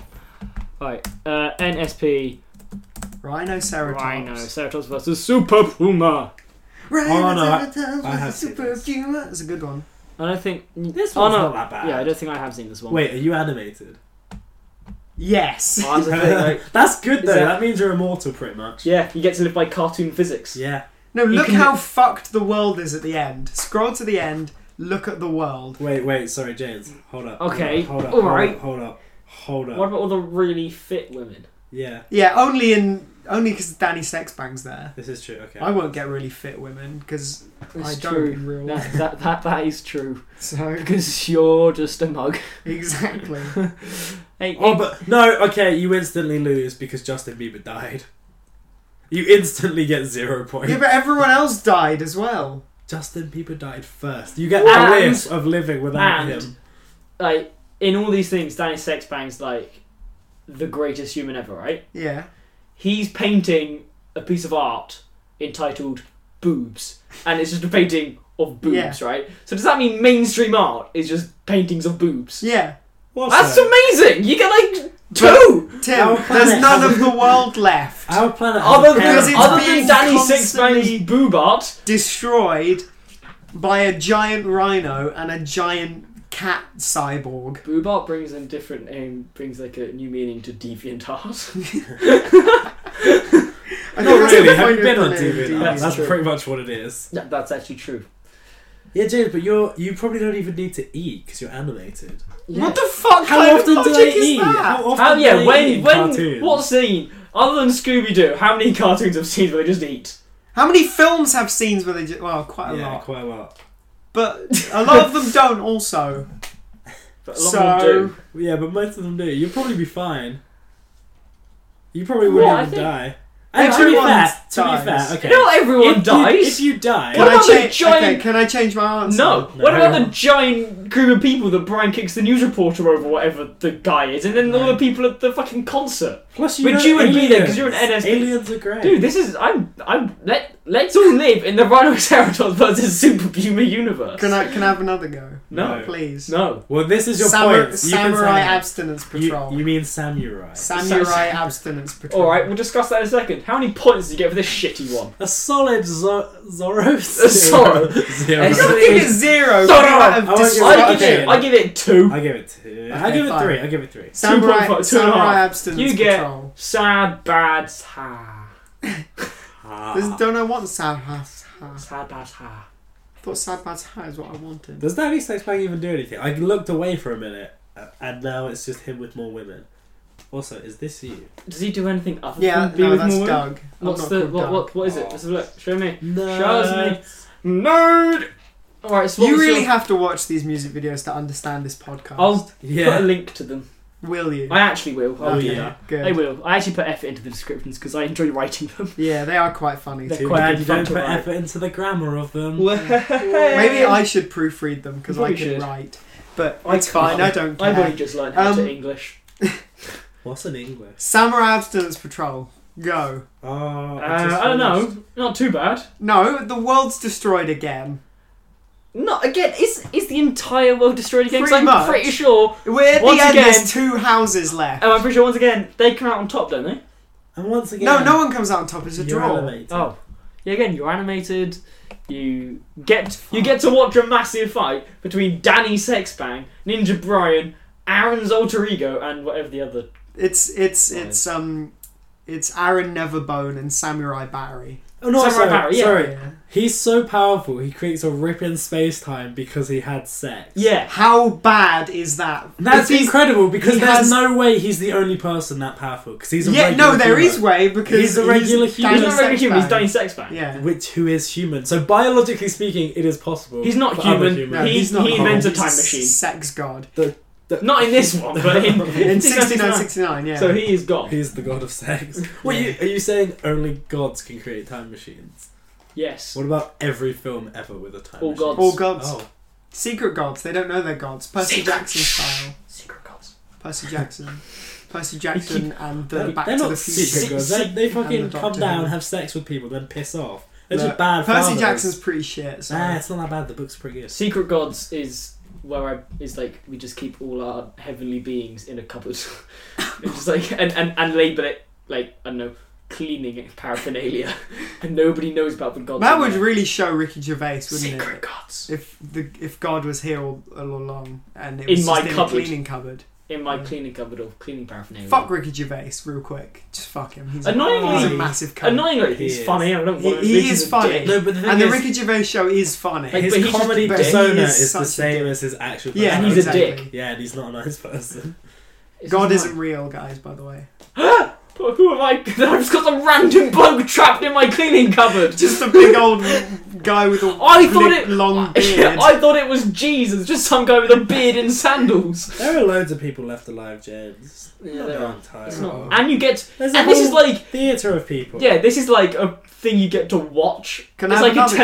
[SPEAKER 2] Right, uh, NSP
[SPEAKER 1] Rhinoceratops.
[SPEAKER 2] Rhino Ceratops versus Super Puma.
[SPEAKER 3] Oh, no, I-
[SPEAKER 1] Rhinoceratops
[SPEAKER 3] I
[SPEAKER 1] with
[SPEAKER 3] have
[SPEAKER 1] a
[SPEAKER 3] seen
[SPEAKER 1] super
[SPEAKER 3] this.
[SPEAKER 1] puma. That's a good one.
[SPEAKER 2] I don't think
[SPEAKER 3] This
[SPEAKER 2] oh,
[SPEAKER 3] one's
[SPEAKER 2] no.
[SPEAKER 3] not that bad.
[SPEAKER 2] Yeah, I don't think I have seen this one.
[SPEAKER 3] Wait, are you animated?
[SPEAKER 1] Yes.
[SPEAKER 2] Oh, that's the thing, like,
[SPEAKER 3] That's good though.
[SPEAKER 2] Is that-
[SPEAKER 3] That means you're immortal, pretty much.
[SPEAKER 2] yeah, you get to live by cartoon physics.
[SPEAKER 3] Yeah.
[SPEAKER 1] No,
[SPEAKER 2] You
[SPEAKER 1] look
[SPEAKER 2] can-
[SPEAKER 1] how fucked the world is at the end. Scroll to the end, look at the world.
[SPEAKER 3] Wait, wait. Sorry, James. Hold up.
[SPEAKER 2] Okay,
[SPEAKER 3] Hold up.
[SPEAKER 2] all
[SPEAKER 3] Hold up.
[SPEAKER 2] right.
[SPEAKER 3] Hold up. Hold up.
[SPEAKER 2] What about all the really fit women?
[SPEAKER 3] Yeah,
[SPEAKER 1] Yeah, only in only because Danny Sexbang's there.
[SPEAKER 3] this is true. Okay.
[SPEAKER 1] I won't get really fit women because I
[SPEAKER 2] It's
[SPEAKER 1] don't in real life.
[SPEAKER 2] That, that that that is true
[SPEAKER 1] So
[SPEAKER 2] because you're just a mug.
[SPEAKER 1] exactly.
[SPEAKER 2] Hey,
[SPEAKER 3] Oh,
[SPEAKER 2] hey,
[SPEAKER 3] but no. Okay, you instantly lose because Justin Bieber died. You instantly get zero points.
[SPEAKER 1] Yeah, but everyone else died as well.
[SPEAKER 3] Justin Bieber died first. You get
[SPEAKER 2] And-
[SPEAKER 3] the risk of living
[SPEAKER 2] and-
[SPEAKER 3] without him.
[SPEAKER 2] like in all these things, Danny Sexbang's like the greatest human ever, right?
[SPEAKER 1] Yeah.
[SPEAKER 2] he's painting a piece of art entitled boobs and it's just a painting of boobs right so does that mean mainstream art is just paintings of boobs
[SPEAKER 1] Yeah.
[SPEAKER 3] Also,
[SPEAKER 2] that's amazing you get like two
[SPEAKER 1] Tim,
[SPEAKER 3] Our planet
[SPEAKER 1] there's none
[SPEAKER 3] has-
[SPEAKER 1] of the world left.
[SPEAKER 3] our planet. has
[SPEAKER 2] other
[SPEAKER 3] a
[SPEAKER 1] Because
[SPEAKER 2] than,
[SPEAKER 1] it's
[SPEAKER 3] parent-
[SPEAKER 2] other than
[SPEAKER 1] being
[SPEAKER 2] danny
[SPEAKER 1] constantly-
[SPEAKER 2] sixbang's boob art
[SPEAKER 1] Destroyed by a giant rhino and a giant cat cyborg.
[SPEAKER 2] boob art brings in different um, brings like a new meaning to deviant art
[SPEAKER 1] I
[SPEAKER 3] Not
[SPEAKER 1] think that's
[SPEAKER 3] really.
[SPEAKER 1] the
[SPEAKER 3] Have
[SPEAKER 1] point
[SPEAKER 3] you been
[SPEAKER 1] of
[SPEAKER 3] on
[SPEAKER 1] the
[SPEAKER 3] TV?
[SPEAKER 1] name,
[SPEAKER 3] That's,
[SPEAKER 2] That's
[SPEAKER 3] that's
[SPEAKER 2] true.
[SPEAKER 3] pretty much what it is.
[SPEAKER 2] That- that's actually true
[SPEAKER 3] Yeah, James, but you're you probably don't even need to eat because you're animated.
[SPEAKER 1] What the fuck
[SPEAKER 3] How
[SPEAKER 1] kind
[SPEAKER 3] often
[SPEAKER 1] of
[SPEAKER 3] do
[SPEAKER 1] logic
[SPEAKER 3] they
[SPEAKER 1] is
[SPEAKER 3] eat?
[SPEAKER 1] that?
[SPEAKER 3] How often
[SPEAKER 2] Ah! how,
[SPEAKER 3] do
[SPEAKER 2] yeah
[SPEAKER 3] they eat
[SPEAKER 2] when
[SPEAKER 3] in
[SPEAKER 2] when
[SPEAKER 3] cartoons?
[SPEAKER 2] what scene other than scooby-doo how many cartoons have seen where they just eat
[SPEAKER 1] How many films have scenes where they just well, quite a
[SPEAKER 3] Yeah,
[SPEAKER 1] lot,
[SPEAKER 3] quite a lot.
[SPEAKER 1] but a lot of them don't. Also,
[SPEAKER 2] but a lot of them do
[SPEAKER 1] so
[SPEAKER 3] Yeah, but most of them do. You'd probably be fine. You probably wouldn't
[SPEAKER 2] Well, I
[SPEAKER 3] even
[SPEAKER 2] think-
[SPEAKER 3] die. And to be
[SPEAKER 1] Everyone
[SPEAKER 3] fair, to be
[SPEAKER 1] dies.
[SPEAKER 3] fair, okay.
[SPEAKER 2] not everyone
[SPEAKER 3] if
[SPEAKER 2] dies
[SPEAKER 3] You, if you die,
[SPEAKER 1] can
[SPEAKER 2] What
[SPEAKER 1] I
[SPEAKER 2] about the
[SPEAKER 1] change? Okay,
[SPEAKER 2] giant-
[SPEAKER 1] can I change my answer?
[SPEAKER 2] No.
[SPEAKER 3] No.
[SPEAKER 2] What about the giant group of people that Brian kicks the news reporter over, whatever the guy is, and then all the people at the fucking concert?
[SPEAKER 3] plus you
[SPEAKER 2] But
[SPEAKER 3] know
[SPEAKER 2] you would be there 'cause
[SPEAKER 3] aliens.
[SPEAKER 2] you're an NSP.
[SPEAKER 3] Aliens are great.
[SPEAKER 2] Dude, this is I'm I'm let let's all live in the Rhinoceratops versus Super Puma universe.
[SPEAKER 1] Can I can I have another go?
[SPEAKER 2] No.
[SPEAKER 3] No.
[SPEAKER 1] please.
[SPEAKER 2] No.
[SPEAKER 3] well, this is your
[SPEAKER 1] Samu-
[SPEAKER 3] point. You can
[SPEAKER 1] samurai
[SPEAKER 3] say-
[SPEAKER 1] abstinence
[SPEAKER 3] you,
[SPEAKER 1] patrol.
[SPEAKER 3] you mean samurai?
[SPEAKER 1] samurai
[SPEAKER 2] Sorry.
[SPEAKER 1] abstinence patrol.
[SPEAKER 2] All right, we'll discuss that in a second. How many points did you get for this shitty one?
[SPEAKER 3] A solid Zo- Zoro.
[SPEAKER 2] Zoro.
[SPEAKER 3] Zero.
[SPEAKER 1] I
[SPEAKER 2] It's-
[SPEAKER 1] don't give it zero.
[SPEAKER 2] Zero.
[SPEAKER 1] but you have
[SPEAKER 3] I won't give it-
[SPEAKER 1] disrupted-
[SPEAKER 2] I give it I give it two.
[SPEAKER 3] I give it two. I
[SPEAKER 1] Okay,
[SPEAKER 3] give it
[SPEAKER 1] fine.
[SPEAKER 3] three. I give it three.
[SPEAKER 1] Samurai,
[SPEAKER 2] 2.5, two and a half.
[SPEAKER 1] samurai abstinence
[SPEAKER 2] You get-
[SPEAKER 1] patrol.
[SPEAKER 2] Sad, bad, sad,
[SPEAKER 3] Ah.
[SPEAKER 1] This, don't I want sad ass? I
[SPEAKER 2] sad, bad, sad.
[SPEAKER 1] thought sad bad ha is what I wanted.
[SPEAKER 3] Does Daddy Sex Bang even do anything? I looked away for a minute, uh, and now it's just him with more women. Also, is this you?
[SPEAKER 2] Does he do anything other
[SPEAKER 1] Yeah,
[SPEAKER 2] than be
[SPEAKER 1] no,
[SPEAKER 2] with
[SPEAKER 1] that's
[SPEAKER 2] more women?
[SPEAKER 1] Doug. I'm
[SPEAKER 2] What's
[SPEAKER 1] not
[SPEAKER 2] the
[SPEAKER 1] called
[SPEAKER 2] what,
[SPEAKER 1] Doug.
[SPEAKER 2] what what is it?
[SPEAKER 3] Oh.
[SPEAKER 2] Let's have a look. Show me.
[SPEAKER 3] Nerds.
[SPEAKER 2] Nerd. All right, so what
[SPEAKER 1] You
[SPEAKER 2] was
[SPEAKER 1] really
[SPEAKER 2] your-
[SPEAKER 1] have to watch these music videos to understand this podcast.
[SPEAKER 2] I'll put a
[SPEAKER 3] Yeah.
[SPEAKER 2] link to them.
[SPEAKER 1] Will you?
[SPEAKER 2] I actually will. I'll
[SPEAKER 3] Oh,
[SPEAKER 2] do
[SPEAKER 3] yeah.
[SPEAKER 2] that.
[SPEAKER 1] Good.
[SPEAKER 2] I will. I actually put effort into the descriptions because I enjoy writing them.
[SPEAKER 1] Yeah, they are quite funny
[SPEAKER 2] They're
[SPEAKER 1] too.
[SPEAKER 3] Too
[SPEAKER 2] quite
[SPEAKER 3] bad
[SPEAKER 2] good
[SPEAKER 3] you
[SPEAKER 2] fun
[SPEAKER 3] don't
[SPEAKER 2] to
[SPEAKER 3] put
[SPEAKER 2] write.
[SPEAKER 3] effort into the grammar of them.
[SPEAKER 1] Maybe
[SPEAKER 2] Maybe
[SPEAKER 1] I should proofread them because I
[SPEAKER 2] Probably
[SPEAKER 1] can
[SPEAKER 2] should.
[SPEAKER 1] write. But
[SPEAKER 2] I
[SPEAKER 1] it's fine, I
[SPEAKER 2] can't.
[SPEAKER 1] don't
[SPEAKER 2] I've
[SPEAKER 1] care.
[SPEAKER 2] only just learned how
[SPEAKER 1] Um,
[SPEAKER 2] to English.
[SPEAKER 3] What's an English?
[SPEAKER 1] Samurai Abstinence Patrol. Go.
[SPEAKER 3] Oh,
[SPEAKER 2] Uh,
[SPEAKER 3] just
[SPEAKER 2] I don't
[SPEAKER 3] finished.
[SPEAKER 2] know. Not too bad.
[SPEAKER 1] No, the world's destroyed again.
[SPEAKER 2] Not again. Is is the entire world destroyed again? 'Cause
[SPEAKER 1] Pretty
[SPEAKER 2] I'm
[SPEAKER 1] much.
[SPEAKER 2] pretty sure.
[SPEAKER 1] We're at
[SPEAKER 2] Once
[SPEAKER 1] the end,
[SPEAKER 2] again-
[SPEAKER 1] there's two houses left.
[SPEAKER 2] Oh, I'm pretty sure once again they come out on top, don't they?
[SPEAKER 3] And once again,
[SPEAKER 1] No, no one comes out on top, it's a
[SPEAKER 3] you're
[SPEAKER 1] draw.
[SPEAKER 3] animated.
[SPEAKER 2] Oh, yeah. Again, you're animated. You get you get to watch a massive fight between Danny Sexbang, Ninja Brian, Aaron's alter ego, and whatever the other.
[SPEAKER 1] It's it's
[SPEAKER 2] Fine.
[SPEAKER 1] it's um it's Aaron Neverbone and Samurai Barry.
[SPEAKER 3] Oh, no,
[SPEAKER 2] Samurai
[SPEAKER 3] sorry,
[SPEAKER 2] Barry, yeah.
[SPEAKER 3] sorry.
[SPEAKER 1] Yeah.
[SPEAKER 3] He's so powerful, he creates a rip in space time because he had sex.
[SPEAKER 2] Yeah.
[SPEAKER 1] How bad is that?
[SPEAKER 3] And That's
[SPEAKER 1] If he's-
[SPEAKER 3] incredible because
[SPEAKER 1] he
[SPEAKER 3] there's
[SPEAKER 1] has-
[SPEAKER 3] no way he's the only person that powerful because he's a
[SPEAKER 1] yeah,
[SPEAKER 3] regular
[SPEAKER 1] no, there
[SPEAKER 3] human,
[SPEAKER 1] is way because
[SPEAKER 3] He's a regular
[SPEAKER 1] he's
[SPEAKER 3] human.
[SPEAKER 2] He's
[SPEAKER 1] Danny
[SPEAKER 2] not very human. He's
[SPEAKER 1] Sexbang.
[SPEAKER 2] Danny Sexbang.
[SPEAKER 1] Yeah.
[SPEAKER 3] which who is human. So biologically speaking, it is possible.
[SPEAKER 2] He's not
[SPEAKER 3] for other
[SPEAKER 2] human.
[SPEAKER 3] humans.
[SPEAKER 2] No, He- he's not he invents a
[SPEAKER 1] He's
[SPEAKER 2] time machine.
[SPEAKER 1] Sex god.
[SPEAKER 2] Not in this one, but in,
[SPEAKER 1] In 69,
[SPEAKER 2] 69.
[SPEAKER 1] 69, yeah.
[SPEAKER 2] So he is gone.
[SPEAKER 3] He's the god of sex. What you, are you saying? Only gods can create time machines.
[SPEAKER 2] Yes.
[SPEAKER 3] What about every film ever with a time
[SPEAKER 2] All
[SPEAKER 3] machine?
[SPEAKER 2] gods.
[SPEAKER 1] All gods.
[SPEAKER 3] Oh,
[SPEAKER 1] Secret gods. They don't know they're gods. Percy
[SPEAKER 2] Secret.
[SPEAKER 1] Jackson style.
[SPEAKER 2] Secret gods.
[SPEAKER 1] Percy Jackson. Percy Jackson and the
[SPEAKER 3] they're,
[SPEAKER 1] Back
[SPEAKER 3] they're
[SPEAKER 1] to
[SPEAKER 3] not
[SPEAKER 1] the Future.
[SPEAKER 3] secret gods. They, they
[SPEAKER 1] And the
[SPEAKER 3] fucking
[SPEAKER 1] Doctor
[SPEAKER 3] come down,
[SPEAKER 1] Who.
[SPEAKER 3] have sex with people, then piss off. It's
[SPEAKER 1] No,
[SPEAKER 3] just bad.
[SPEAKER 1] Percy
[SPEAKER 3] fathers.
[SPEAKER 1] Jackson's pretty shit. So.
[SPEAKER 3] Nah, it's not that bad. The book's pretty good.
[SPEAKER 2] Secret Gods is where I is like we just keep all our heavenly beings in a cupboard, and just like and, and and label it like I don't know cleaning paraphernalia, and nobody knows about the gods.
[SPEAKER 1] that
[SPEAKER 2] in
[SPEAKER 1] would
[SPEAKER 2] there.
[SPEAKER 1] really show Ricky Gervais, wouldn't
[SPEAKER 2] Secret
[SPEAKER 1] it?
[SPEAKER 2] Gods
[SPEAKER 1] If the if God was here all, all along and it
[SPEAKER 2] In
[SPEAKER 1] was just
[SPEAKER 2] my
[SPEAKER 1] in a
[SPEAKER 2] cupboard.
[SPEAKER 1] cleaning cupboard.
[SPEAKER 2] in my
[SPEAKER 1] Mm.
[SPEAKER 2] cleaning cupboard or cleaning paraphernalia.
[SPEAKER 1] Fuck Ricky Gervais, real quick. Just fuck him. He's a-
[SPEAKER 2] Annoyingly-
[SPEAKER 1] he's a massive cunt.
[SPEAKER 2] Annoyingly,
[SPEAKER 3] He
[SPEAKER 2] he's
[SPEAKER 3] is.
[SPEAKER 2] funny. I don't
[SPEAKER 1] He-
[SPEAKER 2] want to
[SPEAKER 1] he
[SPEAKER 2] admit
[SPEAKER 1] is
[SPEAKER 2] he's a
[SPEAKER 1] funny.
[SPEAKER 2] dick.
[SPEAKER 3] No, but the thing
[SPEAKER 1] and the
[SPEAKER 3] is,
[SPEAKER 1] Ricky Gervais show is funny.
[SPEAKER 2] Like,
[SPEAKER 3] his
[SPEAKER 2] but he's just
[SPEAKER 3] comedy
[SPEAKER 2] the best.
[SPEAKER 3] persona
[SPEAKER 1] He is
[SPEAKER 3] is, the
[SPEAKER 1] such a
[SPEAKER 3] same
[SPEAKER 1] dick.
[SPEAKER 3] as his actual.
[SPEAKER 1] yeah,
[SPEAKER 2] and
[SPEAKER 3] persona.
[SPEAKER 2] he's a
[SPEAKER 1] exactly.
[SPEAKER 2] dick.
[SPEAKER 3] Yeah, and he's not a nice person.
[SPEAKER 2] It's
[SPEAKER 1] God
[SPEAKER 2] just
[SPEAKER 1] isn't real, guys. By the way,
[SPEAKER 2] But who am I? I've just got some random bloke trapped in my cleaning cupboard.
[SPEAKER 1] just a big old guy with a
[SPEAKER 2] I thought
[SPEAKER 1] big,
[SPEAKER 2] it-
[SPEAKER 1] long beard.
[SPEAKER 2] I thought it was Jesus, just some guy with a beard and sandals.
[SPEAKER 3] There are loads of people left alive, James.
[SPEAKER 2] Yeah, there are. It's
[SPEAKER 1] Oh.
[SPEAKER 2] not. And you get.
[SPEAKER 3] There's a
[SPEAKER 2] And this
[SPEAKER 3] whole
[SPEAKER 2] is like.
[SPEAKER 3] theater of people.
[SPEAKER 2] Yeah, this is like a thing you get to watch.
[SPEAKER 1] Can I
[SPEAKER 2] it's
[SPEAKER 1] have
[SPEAKER 2] like a
[SPEAKER 1] another go?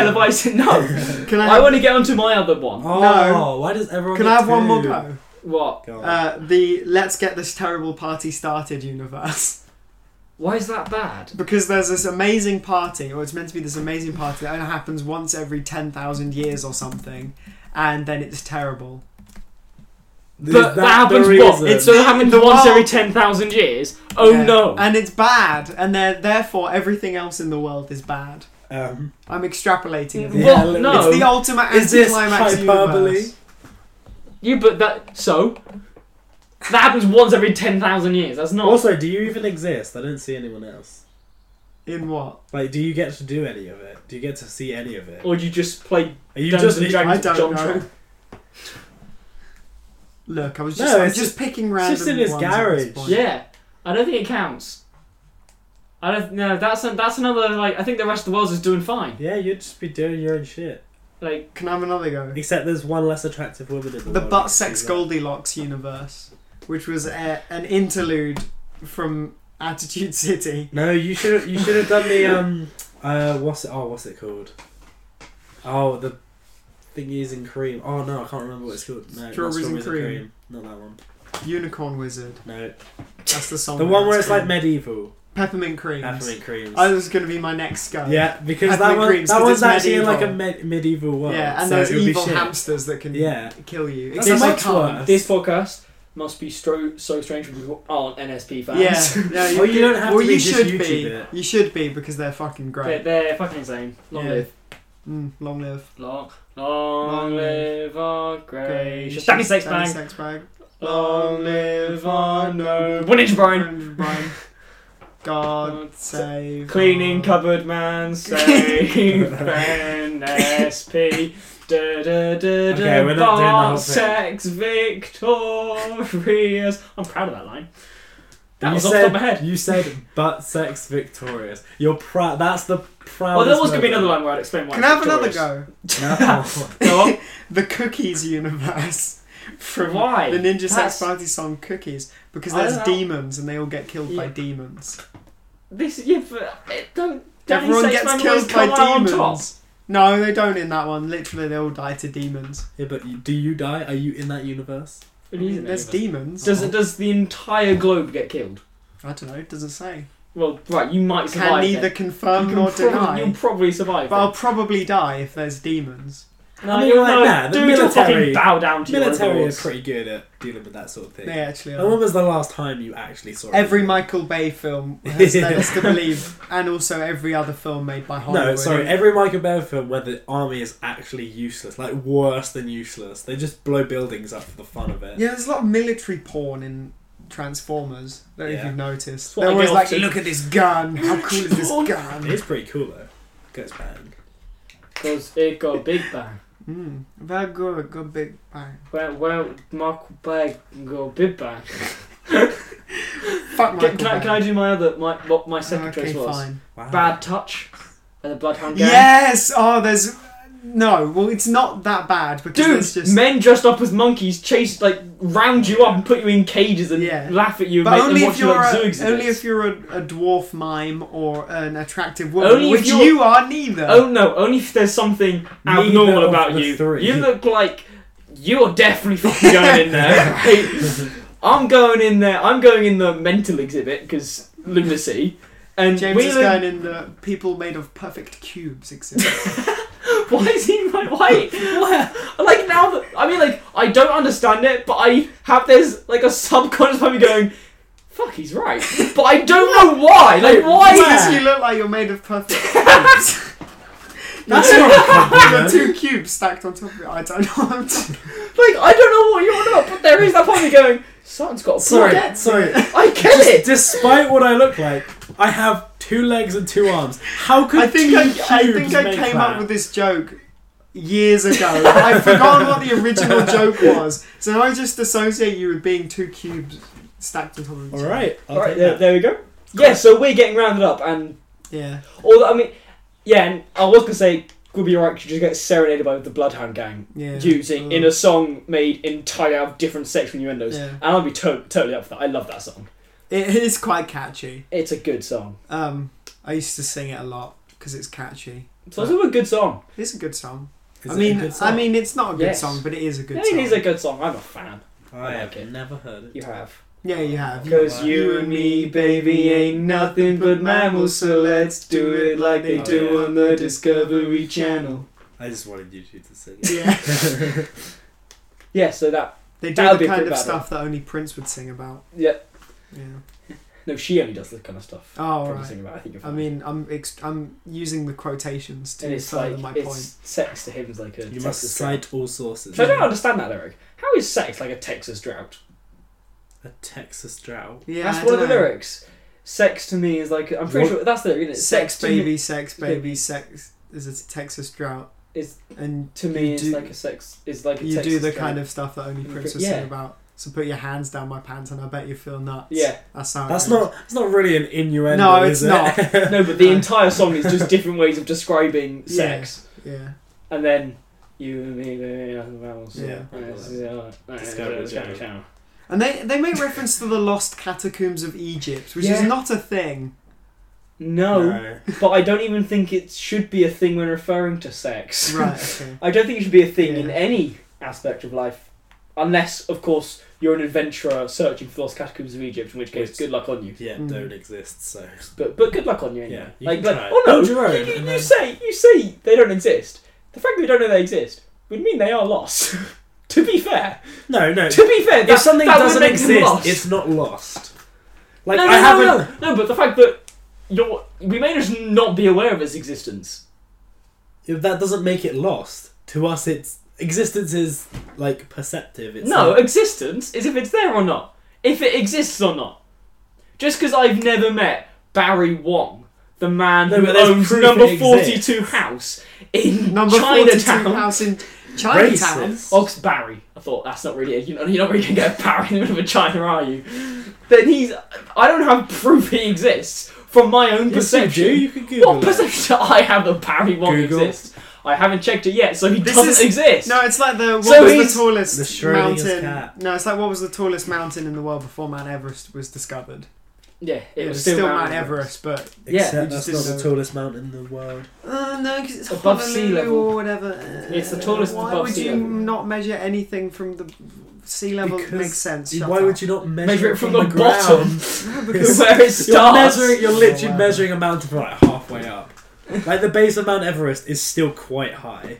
[SPEAKER 2] televised. No,
[SPEAKER 1] Can I?
[SPEAKER 2] I
[SPEAKER 1] Have,
[SPEAKER 2] want to get onto my other one.
[SPEAKER 3] Oh,
[SPEAKER 1] No.
[SPEAKER 3] why does everyone?
[SPEAKER 1] can
[SPEAKER 3] get
[SPEAKER 1] I have one
[SPEAKER 3] two?
[SPEAKER 1] more go?
[SPEAKER 2] What?
[SPEAKER 3] Go on.
[SPEAKER 1] Uh, the let's get this terrible party started universe
[SPEAKER 2] Why is that bad?
[SPEAKER 1] because there's this amazing party or it's meant to be this amazing party that only happens once every 10,000 years or something and then it's terrible
[SPEAKER 2] but
[SPEAKER 3] Is
[SPEAKER 2] that,
[SPEAKER 3] the
[SPEAKER 2] happens
[SPEAKER 3] reason?
[SPEAKER 2] what? It's so it happens once
[SPEAKER 1] world-
[SPEAKER 2] every ten thousand years. Oh
[SPEAKER 1] Yeah.
[SPEAKER 2] no!
[SPEAKER 1] and it's bad and then therefore everything else in the world is bad
[SPEAKER 3] um,
[SPEAKER 1] I'm extrapolating a bit.
[SPEAKER 3] Yeah,
[SPEAKER 2] what?
[SPEAKER 3] li-
[SPEAKER 2] No.
[SPEAKER 1] it's the ultimate
[SPEAKER 3] is this
[SPEAKER 1] anticlimax
[SPEAKER 3] hyperbole?
[SPEAKER 1] universe
[SPEAKER 2] you but that so. That happens once every ten thousand years. That's not.
[SPEAKER 3] Also, do you even exist? I don't see anyone else.
[SPEAKER 1] in what
[SPEAKER 3] Like, do you get to do any of it? Do you get to see any of it?
[SPEAKER 2] Or you just play
[SPEAKER 3] Are you
[SPEAKER 2] Dungeons
[SPEAKER 3] just?
[SPEAKER 2] and Dragons
[SPEAKER 1] I don't
[SPEAKER 2] Jontron?
[SPEAKER 1] know. look I was
[SPEAKER 3] No,
[SPEAKER 1] just I'm
[SPEAKER 3] it's
[SPEAKER 1] just, picking random
[SPEAKER 3] just in his
[SPEAKER 1] ones at this
[SPEAKER 3] garage.
[SPEAKER 1] point.
[SPEAKER 2] Yeah, I don't think it counts. I don't. No, that's that's another like. I think the rest of the world is doing fine.
[SPEAKER 3] Yeah, you'd just be doing your own shit.
[SPEAKER 2] Like
[SPEAKER 1] can I have another go
[SPEAKER 3] Except there's one less attractive woman in the,
[SPEAKER 1] the
[SPEAKER 3] world.
[SPEAKER 1] butt sex
[SPEAKER 3] She's
[SPEAKER 1] Goldilocks universe, which was a, an interlude from Attitude City.
[SPEAKER 3] like- No, you should you should have done the um uh what's it oh what's it called? Oh the thingies and cream. Oh no, I can't remember what it's called. No, not
[SPEAKER 1] Strawberries and cream.
[SPEAKER 3] Not that one.
[SPEAKER 1] Unicorn Wizard.
[SPEAKER 3] No,
[SPEAKER 1] That's the
[SPEAKER 2] Oh,
[SPEAKER 1] song.
[SPEAKER 3] the one where
[SPEAKER 1] that's
[SPEAKER 3] it's like
[SPEAKER 1] called.
[SPEAKER 3] medieval.
[SPEAKER 1] peppermint Oh, creams.
[SPEAKER 3] Peppermint creams.
[SPEAKER 1] I was going to be my next go.
[SPEAKER 3] yeah, because that
[SPEAKER 1] peppermint
[SPEAKER 3] one
[SPEAKER 1] creams,
[SPEAKER 3] that
[SPEAKER 1] 'cause
[SPEAKER 3] one's
[SPEAKER 1] it's
[SPEAKER 3] actually in like a
[SPEAKER 1] medieval.
[SPEAKER 3] med- medieval world.
[SPEAKER 1] Yeah, and
[SPEAKER 3] so
[SPEAKER 1] there's
[SPEAKER 3] it would be
[SPEAKER 1] evil
[SPEAKER 3] shit.
[SPEAKER 1] hamsters that can
[SPEAKER 3] Yeah,
[SPEAKER 1] kill you.
[SPEAKER 3] That's
[SPEAKER 1] Except they
[SPEAKER 3] much
[SPEAKER 1] can't.
[SPEAKER 3] worse.
[SPEAKER 2] this podcast must be stro- so strange for people who aren't NSP fans.
[SPEAKER 1] Yeah, no,
[SPEAKER 3] Oh, you don't have
[SPEAKER 1] well,
[SPEAKER 3] to be
[SPEAKER 1] you
[SPEAKER 3] just
[SPEAKER 1] should be.
[SPEAKER 3] YouTube it.
[SPEAKER 1] You should be because they're fucking
[SPEAKER 2] they're,
[SPEAKER 1] great.
[SPEAKER 2] they're fucking insane. Long
[SPEAKER 1] Yeah.
[SPEAKER 2] live,
[SPEAKER 1] Mm, long live.
[SPEAKER 2] long, long
[SPEAKER 1] Long
[SPEAKER 2] live our gracious.
[SPEAKER 1] Gracious
[SPEAKER 2] Danny Sexbang.
[SPEAKER 1] Danny Sexbag.
[SPEAKER 2] Long live our no. One inch Brian.
[SPEAKER 1] Brian. God
[SPEAKER 2] God
[SPEAKER 1] save.
[SPEAKER 2] Cleaning
[SPEAKER 1] our-
[SPEAKER 2] cupboard man save NSP. Da, da, da, da,
[SPEAKER 3] Okay, we're not doing the whole
[SPEAKER 2] bar
[SPEAKER 3] thing.
[SPEAKER 2] Sex victorious. I'm proud of that line. That
[SPEAKER 3] you
[SPEAKER 2] was
[SPEAKER 3] said,
[SPEAKER 2] off the top of my head.
[SPEAKER 3] You said butt sex victorious. You're proud. That's the proud.
[SPEAKER 2] Well, there was going to be another line where I'd explain why.
[SPEAKER 1] Can I have another
[SPEAKER 2] victorious.
[SPEAKER 1] go?
[SPEAKER 3] Oh,
[SPEAKER 2] Go
[SPEAKER 1] The Cookies universe from
[SPEAKER 2] Why?
[SPEAKER 1] the Ninja
[SPEAKER 2] That's-
[SPEAKER 1] Sex Party song Cookies because
[SPEAKER 2] I don't
[SPEAKER 1] there's
[SPEAKER 2] know.
[SPEAKER 1] demons and they all get killed by
[SPEAKER 2] Yeah.
[SPEAKER 1] demons.
[SPEAKER 2] on. This yeah, but it don't. Danny
[SPEAKER 1] Everyone
[SPEAKER 2] Sexton
[SPEAKER 1] gets
[SPEAKER 2] always
[SPEAKER 1] killed by
[SPEAKER 2] come out on top.
[SPEAKER 1] demons. No, they don't in that one. Literally, they all die to demons.
[SPEAKER 3] Yeah, but you- do you die? Are you in that universe?
[SPEAKER 2] It isn't
[SPEAKER 1] There's
[SPEAKER 2] any of us.
[SPEAKER 1] demons.
[SPEAKER 2] Does does the entire globe get killed?
[SPEAKER 1] I don't know. It doesn't say.
[SPEAKER 2] Well, right, you might survive.
[SPEAKER 1] Can neither
[SPEAKER 2] then.
[SPEAKER 1] confirm
[SPEAKER 2] You can
[SPEAKER 1] nor
[SPEAKER 2] prob-
[SPEAKER 1] deny.
[SPEAKER 2] You'll probably survive.
[SPEAKER 1] But
[SPEAKER 2] then.
[SPEAKER 1] I'll probably die if there's demons.
[SPEAKER 2] No,
[SPEAKER 3] I mean,
[SPEAKER 2] you're
[SPEAKER 3] like,
[SPEAKER 2] no,
[SPEAKER 3] nah, the
[SPEAKER 2] dude, you'll fucking
[SPEAKER 3] military-
[SPEAKER 2] bow down to your
[SPEAKER 3] Military are
[SPEAKER 2] overlords.
[SPEAKER 3] pretty good at dealing with that sort of thing.
[SPEAKER 1] They actually
[SPEAKER 3] And when
[SPEAKER 1] are.
[SPEAKER 3] was the last time you actually saw it?
[SPEAKER 1] Every Michael Bay film has led us to believe, and also every other film made by Hollywood.
[SPEAKER 3] No, sorry. Every Michael Bay film where the army is actually useless, like worse than useless. They just blow buildings up for the fun of it.
[SPEAKER 1] Yeah, there's a lot of military porn in Transformers. I don't know if
[SPEAKER 3] Yeah.
[SPEAKER 1] you've noticed.
[SPEAKER 2] That's what
[SPEAKER 1] They're
[SPEAKER 2] I
[SPEAKER 1] always
[SPEAKER 2] get
[SPEAKER 1] like,
[SPEAKER 2] up to.
[SPEAKER 1] look at this gun. How cool is this
[SPEAKER 2] Porn.
[SPEAKER 3] It
[SPEAKER 1] gun?
[SPEAKER 3] is pretty cool though. Goes bang.
[SPEAKER 2] Because it got big bang.
[SPEAKER 1] Mm, very good. Good big bang.
[SPEAKER 2] Well, well, Mark Bag go big bang.
[SPEAKER 1] Fuck
[SPEAKER 2] Can,
[SPEAKER 1] Michael
[SPEAKER 2] can, I,
[SPEAKER 1] Bay.
[SPEAKER 2] can I do my other my what my second
[SPEAKER 1] okay,
[SPEAKER 2] choice was?
[SPEAKER 1] fine.
[SPEAKER 3] Wow.
[SPEAKER 2] Bad touch. And the Bloodhound Gang.
[SPEAKER 1] Yes. Oh, there's no. Well, it's not that bad because
[SPEAKER 2] Dude,
[SPEAKER 1] it's just.
[SPEAKER 2] men dressed up as monkeys chase, like, round you up and put you in cages and
[SPEAKER 1] Yeah.
[SPEAKER 2] laugh at you and
[SPEAKER 1] but
[SPEAKER 2] make
[SPEAKER 1] only
[SPEAKER 2] them
[SPEAKER 1] if,
[SPEAKER 2] watch you like
[SPEAKER 1] you're
[SPEAKER 2] zoo
[SPEAKER 1] a,
[SPEAKER 2] exhibits.
[SPEAKER 1] only if you're a, a dwarf mime or an attractive woman,
[SPEAKER 2] Only if
[SPEAKER 1] which
[SPEAKER 2] you're-
[SPEAKER 1] you are neither.
[SPEAKER 2] Oh no, only if there's something
[SPEAKER 3] Neither
[SPEAKER 2] abnormal
[SPEAKER 3] of
[SPEAKER 2] about
[SPEAKER 3] the
[SPEAKER 2] you.
[SPEAKER 3] three.
[SPEAKER 2] You look like you're definitely fucking going in there. right? I'm going in there. I'm going in the mental exhibit because lunacy. And
[SPEAKER 1] James is
[SPEAKER 2] Whelan-
[SPEAKER 1] going in the people made of perfect cubes exhibit.
[SPEAKER 2] Why is he my why? why? Like now, that- I mean, like I don't understand it, but I have this like a subconscious part of me going, "Fuck, he's right," but I don't know why. Like why?
[SPEAKER 1] Because
[SPEAKER 2] is
[SPEAKER 1] you look like you're made of perfect cubes.
[SPEAKER 3] That's not a
[SPEAKER 1] You're
[SPEAKER 3] compliment.
[SPEAKER 1] two cubes stacked on top of it. I don't know. what to-
[SPEAKER 2] Like I don't know what you're not, but there is that part of me going, "Someone's got a
[SPEAKER 3] Sorry,
[SPEAKER 2] point."
[SPEAKER 3] sorry.
[SPEAKER 2] I get
[SPEAKER 3] Just,
[SPEAKER 2] it.
[SPEAKER 3] despite what I look like, I have two legs and two arms. How could
[SPEAKER 1] I think
[SPEAKER 3] two
[SPEAKER 1] I, I
[SPEAKER 3] cubes
[SPEAKER 1] think I
[SPEAKER 3] make
[SPEAKER 1] came
[SPEAKER 3] that?
[SPEAKER 1] up with this joke years ago. I've forgotten what the original joke was, so I just associate you with being two cubes stacked on top of each
[SPEAKER 3] All
[SPEAKER 1] other.
[SPEAKER 3] right.
[SPEAKER 4] I'll
[SPEAKER 2] All right,
[SPEAKER 4] take
[SPEAKER 2] there,
[SPEAKER 4] that.
[SPEAKER 2] there we go. Yeah, so we're getting rounded up, and
[SPEAKER 1] Yeah.
[SPEAKER 2] all I mean, yeah, and I was gonna say, would be right to just get serenaded by the Bloodhound Gang.
[SPEAKER 1] Yeah. Um,
[SPEAKER 2] using in a song made entirely out of different sexual innuendos.
[SPEAKER 1] Yeah.
[SPEAKER 2] And I'll be to- totally up for that. I love that song.
[SPEAKER 1] It is quite catchy.
[SPEAKER 2] It's a good song.
[SPEAKER 1] Um, I used to sing it a lot because it's catchy.
[SPEAKER 2] It's also a good song.
[SPEAKER 1] It's a good song.
[SPEAKER 3] Is
[SPEAKER 1] I
[SPEAKER 3] it a
[SPEAKER 1] mean,
[SPEAKER 3] good song?
[SPEAKER 1] I mean, it's not a good
[SPEAKER 2] Yes.
[SPEAKER 1] song, but it is a good
[SPEAKER 2] I
[SPEAKER 1] song.
[SPEAKER 2] mean, it's a good song. I'm a fan.
[SPEAKER 3] I
[SPEAKER 2] like it.
[SPEAKER 3] have never heard it.
[SPEAKER 2] You have.
[SPEAKER 1] Yeah, you have.
[SPEAKER 2] Because you and me, baby, ain't nothing but mammals, so let's do it like
[SPEAKER 1] Oh,
[SPEAKER 2] they do on the Discovery Channel.
[SPEAKER 3] I just wanted you two to sing it.
[SPEAKER 1] Yeah.
[SPEAKER 2] Yeah, so that.
[SPEAKER 1] They do
[SPEAKER 2] That'd be
[SPEAKER 1] the
[SPEAKER 2] a
[SPEAKER 1] kind
[SPEAKER 2] good
[SPEAKER 1] of
[SPEAKER 2] battle.
[SPEAKER 1] stuff that only Prince would sing about.
[SPEAKER 2] Yeah.
[SPEAKER 1] Yeah.
[SPEAKER 2] No, she only does this kind of stuff.
[SPEAKER 1] Oh,
[SPEAKER 2] Probably
[SPEAKER 1] right.
[SPEAKER 2] sing about, I think you're
[SPEAKER 1] I
[SPEAKER 2] fine.
[SPEAKER 1] mean, I'm ex- I'm using the quotations
[SPEAKER 2] and
[SPEAKER 1] to
[SPEAKER 2] it's
[SPEAKER 1] further
[SPEAKER 2] like.
[SPEAKER 1] my
[SPEAKER 2] it's
[SPEAKER 1] point.
[SPEAKER 2] Sex to him is like a.
[SPEAKER 3] You must
[SPEAKER 2] Texas drought.
[SPEAKER 3] cite all sources.
[SPEAKER 2] So I don't understand that lyric. How is sex like a Texas drought?
[SPEAKER 3] A Texas drought.
[SPEAKER 1] Yeah, I
[SPEAKER 2] that's one of the
[SPEAKER 1] don't know.
[SPEAKER 2] lyrics. Sex to me is like I'm pretty
[SPEAKER 3] What?
[SPEAKER 2] sure that's the lyric. Isn't it?
[SPEAKER 1] Sex,
[SPEAKER 2] to me,
[SPEAKER 1] baby, sex baby, sex is a Texas drought.
[SPEAKER 2] Is-
[SPEAKER 1] and
[SPEAKER 2] to me
[SPEAKER 1] you
[SPEAKER 2] is
[SPEAKER 1] do,
[SPEAKER 2] like a sex is like a
[SPEAKER 1] you
[SPEAKER 2] Texas
[SPEAKER 1] do the
[SPEAKER 2] drought.
[SPEAKER 1] kind of stuff that only
[SPEAKER 2] Yeah.
[SPEAKER 1] Prince would sing about. So put your hands down my pants, and I bet you feel nuts.
[SPEAKER 2] yeah.
[SPEAKER 1] that's how. it
[SPEAKER 3] That's
[SPEAKER 1] goes.
[SPEAKER 3] not. It's not really an innuendo.
[SPEAKER 1] No, it's
[SPEAKER 3] is it?
[SPEAKER 1] not.
[SPEAKER 2] No, but the entire song is just different ways of describing
[SPEAKER 1] Yeah.
[SPEAKER 2] sex,
[SPEAKER 1] Yeah,
[SPEAKER 2] and then you and me, baby, nothing else.
[SPEAKER 1] Yeah.
[SPEAKER 2] yeah.
[SPEAKER 4] Discovery Channel.
[SPEAKER 2] Channel.
[SPEAKER 1] and they they make reference to the lost catacombs of Egypt, which is
[SPEAKER 2] Yeah.
[SPEAKER 1] not a thing.
[SPEAKER 2] No, but I don't even think it should be a thing when referring to sex.
[SPEAKER 1] Right. Okay.
[SPEAKER 2] I don't think it should be a thing in
[SPEAKER 1] Yeah.
[SPEAKER 2] any aspect of life, unless, of course, you're an adventurer searching for lost catacombs of Egypt. In which case,
[SPEAKER 3] Which-
[SPEAKER 2] good luck on you.
[SPEAKER 3] Yeah,
[SPEAKER 1] Mm.
[SPEAKER 3] don't exist. So
[SPEAKER 2] But but good luck on you. Anyway.
[SPEAKER 3] Yeah, you
[SPEAKER 2] like
[SPEAKER 3] can
[SPEAKER 2] like
[SPEAKER 3] try it.
[SPEAKER 2] oh no,
[SPEAKER 3] Build your own,
[SPEAKER 2] you, you-
[SPEAKER 3] and
[SPEAKER 2] you
[SPEAKER 3] then-
[SPEAKER 2] say you say they don't exist. The fact that we don't know they exist would mean they are lost. to be fair,
[SPEAKER 3] no, no.
[SPEAKER 2] to be fair, that,
[SPEAKER 3] if something
[SPEAKER 2] that would
[SPEAKER 3] doesn't
[SPEAKER 2] make them
[SPEAKER 3] exist,
[SPEAKER 2] lost.
[SPEAKER 3] it's not lost. Like
[SPEAKER 2] no, no,
[SPEAKER 3] I
[SPEAKER 2] no,
[SPEAKER 3] haven't.
[SPEAKER 2] no, no, but the fact that you're we may just not be aware of its existence.
[SPEAKER 3] If that doesn't make it lost to us, it's existence is like perceptive. It's
[SPEAKER 2] no,
[SPEAKER 3] not-
[SPEAKER 2] existence is if it's there or not, if it exists or not. Just because I've never met Barry Wong, the man
[SPEAKER 3] No,
[SPEAKER 2] who
[SPEAKER 3] but there's
[SPEAKER 2] owns
[SPEAKER 3] proof
[SPEAKER 2] number
[SPEAKER 3] it exists.
[SPEAKER 2] forty-two house in
[SPEAKER 1] Number
[SPEAKER 2] Chinatown.
[SPEAKER 1] forty-two house in Chinatown.
[SPEAKER 3] racist.
[SPEAKER 2] Ox Barry. I thought that's not really a, you know you're not really gonna get a Barry in the middle of China, are you? Then he's I don't have proof he exists from my own
[SPEAKER 3] Yes, you
[SPEAKER 2] perception.
[SPEAKER 3] do. You can Google
[SPEAKER 2] what
[SPEAKER 3] it.
[SPEAKER 2] perception do I have that Barry won't
[SPEAKER 3] Google.
[SPEAKER 2] exist? I haven't checked it yet, so he
[SPEAKER 1] This
[SPEAKER 2] doesn't
[SPEAKER 1] is-
[SPEAKER 2] exist.
[SPEAKER 1] No, it's like the what
[SPEAKER 2] So
[SPEAKER 1] was
[SPEAKER 2] he's-
[SPEAKER 1] the tallest
[SPEAKER 3] The Schrodinger's
[SPEAKER 1] mountain?
[SPEAKER 3] cat.
[SPEAKER 1] No, it's like what was the tallest mountain in the world before Mount Everest was discovered.
[SPEAKER 2] yeah, it,
[SPEAKER 1] It,
[SPEAKER 2] was,
[SPEAKER 1] still, Mount Everest,
[SPEAKER 2] Yeah,
[SPEAKER 3] Except
[SPEAKER 1] you just
[SPEAKER 3] that's not
[SPEAKER 1] didn't
[SPEAKER 3] the
[SPEAKER 1] know.
[SPEAKER 3] tallest mountain in the world.
[SPEAKER 1] but uh, no, because it's
[SPEAKER 2] Above sea
[SPEAKER 1] Honolulu
[SPEAKER 2] level.
[SPEAKER 1] or whatever.
[SPEAKER 2] It's the tallest
[SPEAKER 1] Why
[SPEAKER 2] above
[SPEAKER 1] would
[SPEAKER 2] sea
[SPEAKER 1] you
[SPEAKER 2] level.
[SPEAKER 1] not measure anything from the sea level?
[SPEAKER 3] Because
[SPEAKER 1] makes sense.
[SPEAKER 3] Why would you not measure,
[SPEAKER 2] Measure it from the
[SPEAKER 3] ground?
[SPEAKER 2] bottom
[SPEAKER 3] Yes.
[SPEAKER 2] where it
[SPEAKER 3] You're
[SPEAKER 2] starts.
[SPEAKER 3] measuring. You're
[SPEAKER 1] Oh,
[SPEAKER 3] literally
[SPEAKER 1] wow.
[SPEAKER 3] measuring a mountain from like halfway up. Like the base of Mount Everest is still quite high.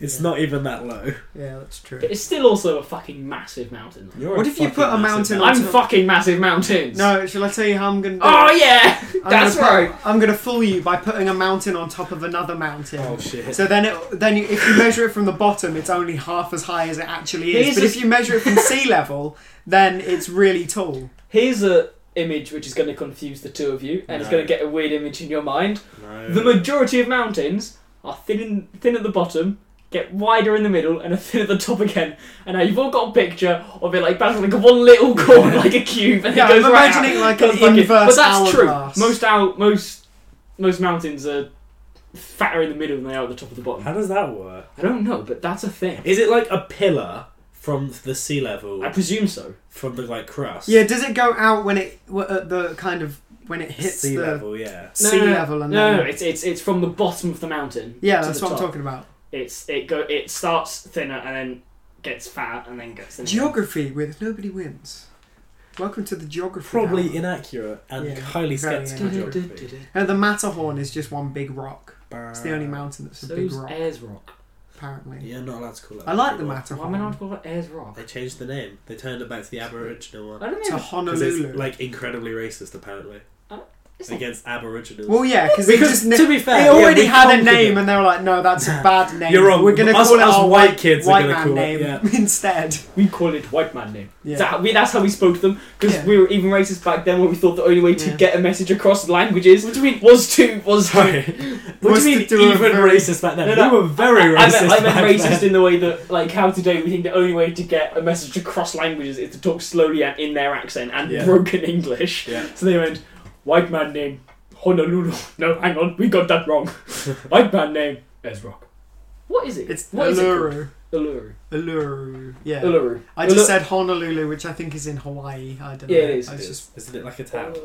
[SPEAKER 3] It's
[SPEAKER 1] Yeah.
[SPEAKER 3] not even that low.
[SPEAKER 1] Yeah, that's true.
[SPEAKER 2] But it's still also a fucking massive mountain.
[SPEAKER 3] You're
[SPEAKER 1] What
[SPEAKER 3] a
[SPEAKER 1] if you
[SPEAKER 3] fucking
[SPEAKER 1] put a
[SPEAKER 3] massive
[SPEAKER 1] mountain
[SPEAKER 2] I'm
[SPEAKER 1] on top-
[SPEAKER 2] fucking massive mountains.
[SPEAKER 1] No, shall I tell you how I'm gonna? Do
[SPEAKER 2] Oh
[SPEAKER 1] it?
[SPEAKER 2] yeah,
[SPEAKER 1] I'm
[SPEAKER 2] that's
[SPEAKER 1] gonna put-
[SPEAKER 2] right.
[SPEAKER 1] I'm gonna fool you by putting a mountain on top of another mountain.
[SPEAKER 3] Oh shit!
[SPEAKER 1] So then, it, then you, if you measure it from the bottom, it's only half as high as it actually is.
[SPEAKER 2] Here's
[SPEAKER 1] but
[SPEAKER 2] a-
[SPEAKER 1] if you measure it from sea level, then it's really tall.
[SPEAKER 2] Here's a image which is going to confuse the two of you, and it's
[SPEAKER 3] No.
[SPEAKER 2] going to get a weird image in your mind.
[SPEAKER 3] No.
[SPEAKER 2] The majority of mountains are thin in, thin at the bottom, get wider in the middle, and are thin at the top again. And now you've all got a picture of it like battling like one little corner like a cube, and
[SPEAKER 1] Yeah,
[SPEAKER 2] it goes
[SPEAKER 1] I'm
[SPEAKER 2] right
[SPEAKER 1] imagining
[SPEAKER 2] out.
[SPEAKER 1] like
[SPEAKER 2] Goes
[SPEAKER 1] an
[SPEAKER 2] back in.
[SPEAKER 1] inverse
[SPEAKER 2] But that's
[SPEAKER 1] hourglass.
[SPEAKER 2] true. Most out most most mountains are fatter in the middle than they are at the top of the bottom.
[SPEAKER 3] How does that work?
[SPEAKER 2] I don't know, but that's a thing.
[SPEAKER 3] Is it like a pillar from the sea level,
[SPEAKER 2] I presume so.
[SPEAKER 3] from the like crust?
[SPEAKER 1] Yeah, does it go out when it w- at the kind of when it hits
[SPEAKER 3] sea
[SPEAKER 1] the
[SPEAKER 3] level. Yeah.
[SPEAKER 2] No,
[SPEAKER 1] sea
[SPEAKER 2] no, no.
[SPEAKER 1] level and
[SPEAKER 2] No,
[SPEAKER 1] then?
[SPEAKER 2] no, it's it's it's from the bottom of the mountain.
[SPEAKER 1] yeah,
[SPEAKER 2] to
[SPEAKER 1] that's
[SPEAKER 2] the
[SPEAKER 1] what I'm
[SPEAKER 2] top.
[SPEAKER 1] talking about.
[SPEAKER 2] It's it go it starts thinner and then gets fat and then gets thinner.
[SPEAKER 1] Geography with nobody wins. Welcome to the geography.
[SPEAKER 3] Probably
[SPEAKER 1] hour.
[SPEAKER 3] inaccurate and
[SPEAKER 1] Yeah,
[SPEAKER 3] highly
[SPEAKER 1] very
[SPEAKER 3] skeptical
[SPEAKER 1] inaccurate.
[SPEAKER 3] geography.
[SPEAKER 1] And the Matterhorn is just one big rock. It's the only
[SPEAKER 3] Brr.
[SPEAKER 1] mountain that's a big
[SPEAKER 2] So's
[SPEAKER 1] rock,
[SPEAKER 2] Ayers Rock.
[SPEAKER 1] apparently.
[SPEAKER 3] You're not allowed to call it.
[SPEAKER 1] I like the
[SPEAKER 3] anymore.
[SPEAKER 2] Why am I not
[SPEAKER 1] Matterhorn.
[SPEAKER 2] called it Ayers Rock?
[SPEAKER 3] They changed the name. They turned it back to the Aboriginal one.
[SPEAKER 2] I don't
[SPEAKER 1] To
[SPEAKER 2] know.
[SPEAKER 3] Because
[SPEAKER 1] Honolulu.
[SPEAKER 3] it's like incredibly racist, apparently,
[SPEAKER 2] Uh, It's not-
[SPEAKER 3] against Aboriginals.
[SPEAKER 1] well, yeah, cause they just.
[SPEAKER 3] to be fair,
[SPEAKER 1] They already
[SPEAKER 3] yeah, we
[SPEAKER 1] had a
[SPEAKER 3] conquered
[SPEAKER 1] name
[SPEAKER 3] it.
[SPEAKER 1] and they were like, no, that's a bad name.
[SPEAKER 3] You're wrong.
[SPEAKER 1] We're going to
[SPEAKER 3] Us-
[SPEAKER 1] call it
[SPEAKER 3] us
[SPEAKER 1] our
[SPEAKER 3] white kids are
[SPEAKER 1] white
[SPEAKER 3] gonna
[SPEAKER 1] man
[SPEAKER 3] call it-
[SPEAKER 1] name
[SPEAKER 3] yeah.
[SPEAKER 1] instead.
[SPEAKER 2] we call it white man name.
[SPEAKER 1] Yeah.
[SPEAKER 2] That- we- that's how we spoke to them because
[SPEAKER 1] Yeah.
[SPEAKER 2] we were even racist back then when we thought the only way to
[SPEAKER 1] Yeah.
[SPEAKER 2] get a message across languages what do you mean? was to was to.
[SPEAKER 3] Sorry. what
[SPEAKER 1] Was
[SPEAKER 3] do you
[SPEAKER 1] to
[SPEAKER 3] mean
[SPEAKER 1] do a
[SPEAKER 3] even
[SPEAKER 1] very-
[SPEAKER 3] racist back then?
[SPEAKER 2] No, no,
[SPEAKER 3] we were very
[SPEAKER 2] I
[SPEAKER 3] racist.
[SPEAKER 2] meant, I meant
[SPEAKER 3] back
[SPEAKER 2] racist
[SPEAKER 3] then.
[SPEAKER 2] in the way that, like, how today we think the only way to get a message across languages is to talk slowly and in their accent and
[SPEAKER 3] Yeah.
[SPEAKER 2] broken English.
[SPEAKER 3] Yeah.
[SPEAKER 2] So they went, white man name Honolulu. No, hang on, we got that wrong. white man name Ezrock. What is it?
[SPEAKER 1] It's
[SPEAKER 2] what is it
[SPEAKER 1] Uluru.
[SPEAKER 2] called? Uluru.
[SPEAKER 1] Uluru. Yeah.
[SPEAKER 2] Uluru.
[SPEAKER 1] I just
[SPEAKER 2] Ulu-
[SPEAKER 1] said Honolulu, which I think is in Hawaii. I don't know.
[SPEAKER 2] Yeah, it is,
[SPEAKER 1] I
[SPEAKER 2] it
[SPEAKER 1] was
[SPEAKER 2] is.
[SPEAKER 1] just-
[SPEAKER 3] Isn't it like a tap?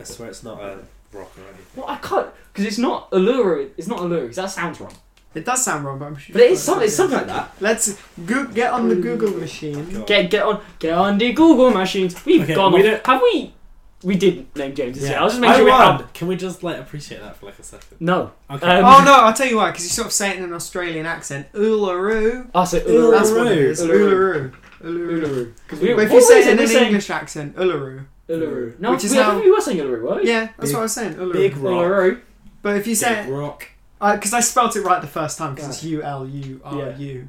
[SPEAKER 3] I swear it's not a rock or anything.
[SPEAKER 2] Well, I can't because it's not Uluru. It's not Uluru. 'cause that sounds wrong.
[SPEAKER 1] It does sound wrong, but I'm sure.
[SPEAKER 2] But it is something. It's something like that.
[SPEAKER 1] Let's go- get on the Google machine.
[SPEAKER 3] God.
[SPEAKER 2] Get get on get on the Google machines. We've
[SPEAKER 3] Okay,
[SPEAKER 2] gone
[SPEAKER 3] we
[SPEAKER 2] off.
[SPEAKER 3] don't-
[SPEAKER 2] Have we? We didn't name James. Yeah. I was just making
[SPEAKER 3] I
[SPEAKER 2] sure we
[SPEAKER 3] won.
[SPEAKER 2] had.
[SPEAKER 3] Can we just like appreciate that for like a second?
[SPEAKER 2] No.
[SPEAKER 3] Okay.
[SPEAKER 2] Um,
[SPEAKER 1] oh no, I'll tell you why, because you sort of say it in an Australian accent. Uluru.
[SPEAKER 2] I said
[SPEAKER 3] Uluru.
[SPEAKER 1] That's
[SPEAKER 2] Ah, Uluru.
[SPEAKER 1] what it is.
[SPEAKER 2] Uluru.
[SPEAKER 1] Uluru. Uluru.
[SPEAKER 2] Uluru. 'Cause we-
[SPEAKER 1] But if you
[SPEAKER 2] what
[SPEAKER 1] say
[SPEAKER 2] was
[SPEAKER 1] it in
[SPEAKER 2] we
[SPEAKER 1] an
[SPEAKER 2] saying?
[SPEAKER 1] English accent, Uluru.
[SPEAKER 2] Uluru. No,
[SPEAKER 1] Which is
[SPEAKER 2] we, I
[SPEAKER 1] how-
[SPEAKER 2] think we were saying Uluru, right?
[SPEAKER 1] Yeah, that's
[SPEAKER 3] Big-
[SPEAKER 1] what I was saying. Uluru.
[SPEAKER 3] big rock.
[SPEAKER 2] Uluru.
[SPEAKER 1] But if you say
[SPEAKER 3] Big
[SPEAKER 1] it,
[SPEAKER 3] rock.
[SPEAKER 1] because I spelt it right the first time, because it's U L U R U.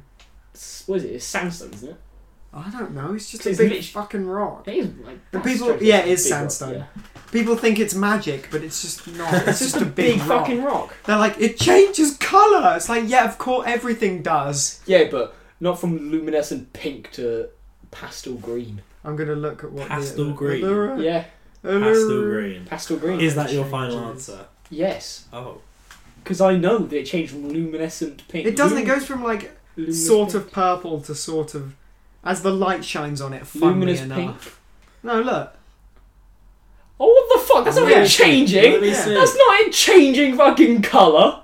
[SPEAKER 2] S- What is it? It's sandstone, isn't it?
[SPEAKER 1] I don't know. It's just
[SPEAKER 2] It's
[SPEAKER 1] a big
[SPEAKER 2] lit-
[SPEAKER 1] fucking rock.
[SPEAKER 2] It is like.
[SPEAKER 1] The
[SPEAKER 2] that's
[SPEAKER 1] people-
[SPEAKER 2] strange,
[SPEAKER 1] yeah,
[SPEAKER 2] it's
[SPEAKER 1] it is
[SPEAKER 2] a big rock,
[SPEAKER 1] sandstone.
[SPEAKER 2] yeah.
[SPEAKER 1] People think it's magic, but it's just not. It's,
[SPEAKER 2] It's just a big
[SPEAKER 1] rock.
[SPEAKER 2] fucking rock.
[SPEAKER 1] They're like, it changes colour. It's like, yeah, of course, everything does.
[SPEAKER 2] Yeah, but not from luminescent pink to pastel green.
[SPEAKER 1] I'm gonna look at what
[SPEAKER 3] Pastel
[SPEAKER 1] the,
[SPEAKER 3] green.
[SPEAKER 1] Allura,
[SPEAKER 2] Yeah,
[SPEAKER 1] Allura.
[SPEAKER 3] Pastel green.
[SPEAKER 2] pastel green.
[SPEAKER 3] Is that your
[SPEAKER 1] changes.
[SPEAKER 3] final answer?
[SPEAKER 2] Yes,
[SPEAKER 3] Oh.
[SPEAKER 2] because I know that it changed from luminescent pink.
[SPEAKER 1] It doesn't. It
[SPEAKER 2] Lum-
[SPEAKER 1] goes from like
[SPEAKER 2] luminous
[SPEAKER 1] sort
[SPEAKER 2] pink.
[SPEAKER 1] of purple to sort of, as the light shines on it. Funnily
[SPEAKER 2] luminous
[SPEAKER 1] enough.
[SPEAKER 2] pink.
[SPEAKER 1] No, look.
[SPEAKER 2] Oh, what the fuck? That's not
[SPEAKER 1] Yeah.
[SPEAKER 2] it
[SPEAKER 3] Let
[SPEAKER 2] changing.
[SPEAKER 3] me
[SPEAKER 1] Yeah.
[SPEAKER 3] see.
[SPEAKER 2] That's not it changing fucking colour.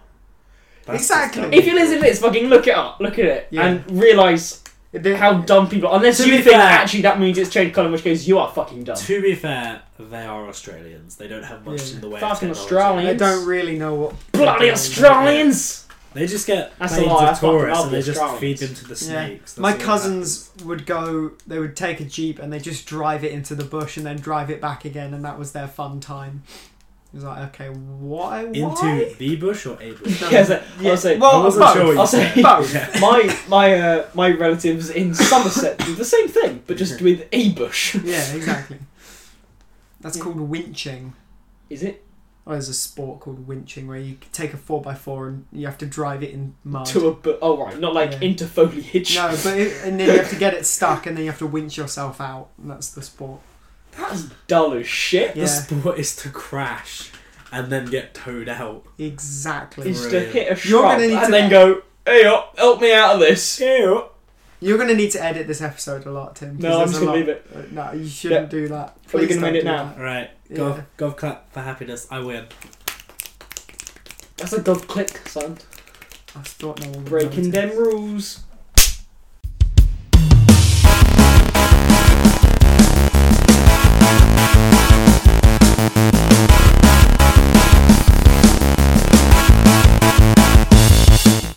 [SPEAKER 3] That's
[SPEAKER 1] Exactly.
[SPEAKER 3] disgusting.
[SPEAKER 2] If you're listening to this, fucking look it up. Look at it
[SPEAKER 1] Yeah.
[SPEAKER 2] and realise
[SPEAKER 1] The-
[SPEAKER 2] how dumb people are. Unless
[SPEAKER 3] To
[SPEAKER 2] you
[SPEAKER 3] be
[SPEAKER 2] think
[SPEAKER 3] fair-
[SPEAKER 2] actually that means it's changed colour, in which case you are fucking dumb.
[SPEAKER 3] To be fair, they are Australians. They don't have much
[SPEAKER 1] Yeah.
[SPEAKER 3] in the way
[SPEAKER 2] Fucking
[SPEAKER 3] of technology.
[SPEAKER 2] Australian.
[SPEAKER 1] I don't really know what.
[SPEAKER 2] Bloody Australians!
[SPEAKER 3] They just get
[SPEAKER 2] That's a
[SPEAKER 3] planes
[SPEAKER 2] lie, I
[SPEAKER 3] of
[SPEAKER 2] fucking
[SPEAKER 3] tourists
[SPEAKER 2] love
[SPEAKER 3] and
[SPEAKER 2] the
[SPEAKER 3] they just feed
[SPEAKER 2] Australians.
[SPEAKER 3] them to the
[SPEAKER 1] Yeah.
[SPEAKER 3] snakes. That's
[SPEAKER 1] My
[SPEAKER 3] all that
[SPEAKER 1] cousins would go. They would take a jeep and they just drive it into the bush and then drive it back again, and that was their fun time. It was like, okay, why?
[SPEAKER 3] happens.
[SPEAKER 1] why?
[SPEAKER 3] into the bush or a bush.
[SPEAKER 1] No.
[SPEAKER 2] Yeah, so-
[SPEAKER 1] Yeah.
[SPEAKER 2] I'll say,
[SPEAKER 1] Well,
[SPEAKER 3] I wasn't
[SPEAKER 1] both.
[SPEAKER 3] sure what you
[SPEAKER 2] I'll say,
[SPEAKER 3] said.
[SPEAKER 1] both.
[SPEAKER 3] Yeah.
[SPEAKER 2] my my uh, my relatives in Somerset do the same thing, but just with a bush.
[SPEAKER 1] Yeah, exactly. That's
[SPEAKER 2] Yeah.
[SPEAKER 1] called winching.
[SPEAKER 2] Is it
[SPEAKER 1] Oh, there's a sport called winching where you take a 4x4 and you have to drive it in mud.
[SPEAKER 2] to a bu- oh right, not like
[SPEAKER 1] Yeah.
[SPEAKER 2] into foliage.
[SPEAKER 1] No, but it, and then you have to get it stuck and then you have to winch yourself out. And that's the sport.
[SPEAKER 2] That's dull as shit.
[SPEAKER 1] Yeah.
[SPEAKER 3] The sport is to crash and then get towed out.
[SPEAKER 1] Exactly.
[SPEAKER 2] Is to
[SPEAKER 3] Brilliant.
[SPEAKER 2] hit a
[SPEAKER 1] You're
[SPEAKER 2] shrub
[SPEAKER 1] gonna need
[SPEAKER 2] and
[SPEAKER 1] to-
[SPEAKER 2] then go, hey up, help me out of this.
[SPEAKER 3] Ew.
[SPEAKER 1] You're going to need to edit this episode a lot, Tim. 'cause
[SPEAKER 2] No, I'm
[SPEAKER 1] there's
[SPEAKER 2] just
[SPEAKER 1] a
[SPEAKER 2] gonna
[SPEAKER 1] lot-
[SPEAKER 2] leave it.
[SPEAKER 1] uh, No, you shouldn't do that.
[SPEAKER 2] Are we
[SPEAKER 1] Please
[SPEAKER 2] gonna
[SPEAKER 1] don't
[SPEAKER 2] end it
[SPEAKER 1] do
[SPEAKER 2] now?
[SPEAKER 1] that.
[SPEAKER 3] Alright,
[SPEAKER 1] Yeah.
[SPEAKER 3] gov, gov clap for happiness. I win.
[SPEAKER 2] That's a dog click, son.
[SPEAKER 1] I thought no one would
[SPEAKER 2] Breaking
[SPEAKER 1] notice.
[SPEAKER 2] them rules.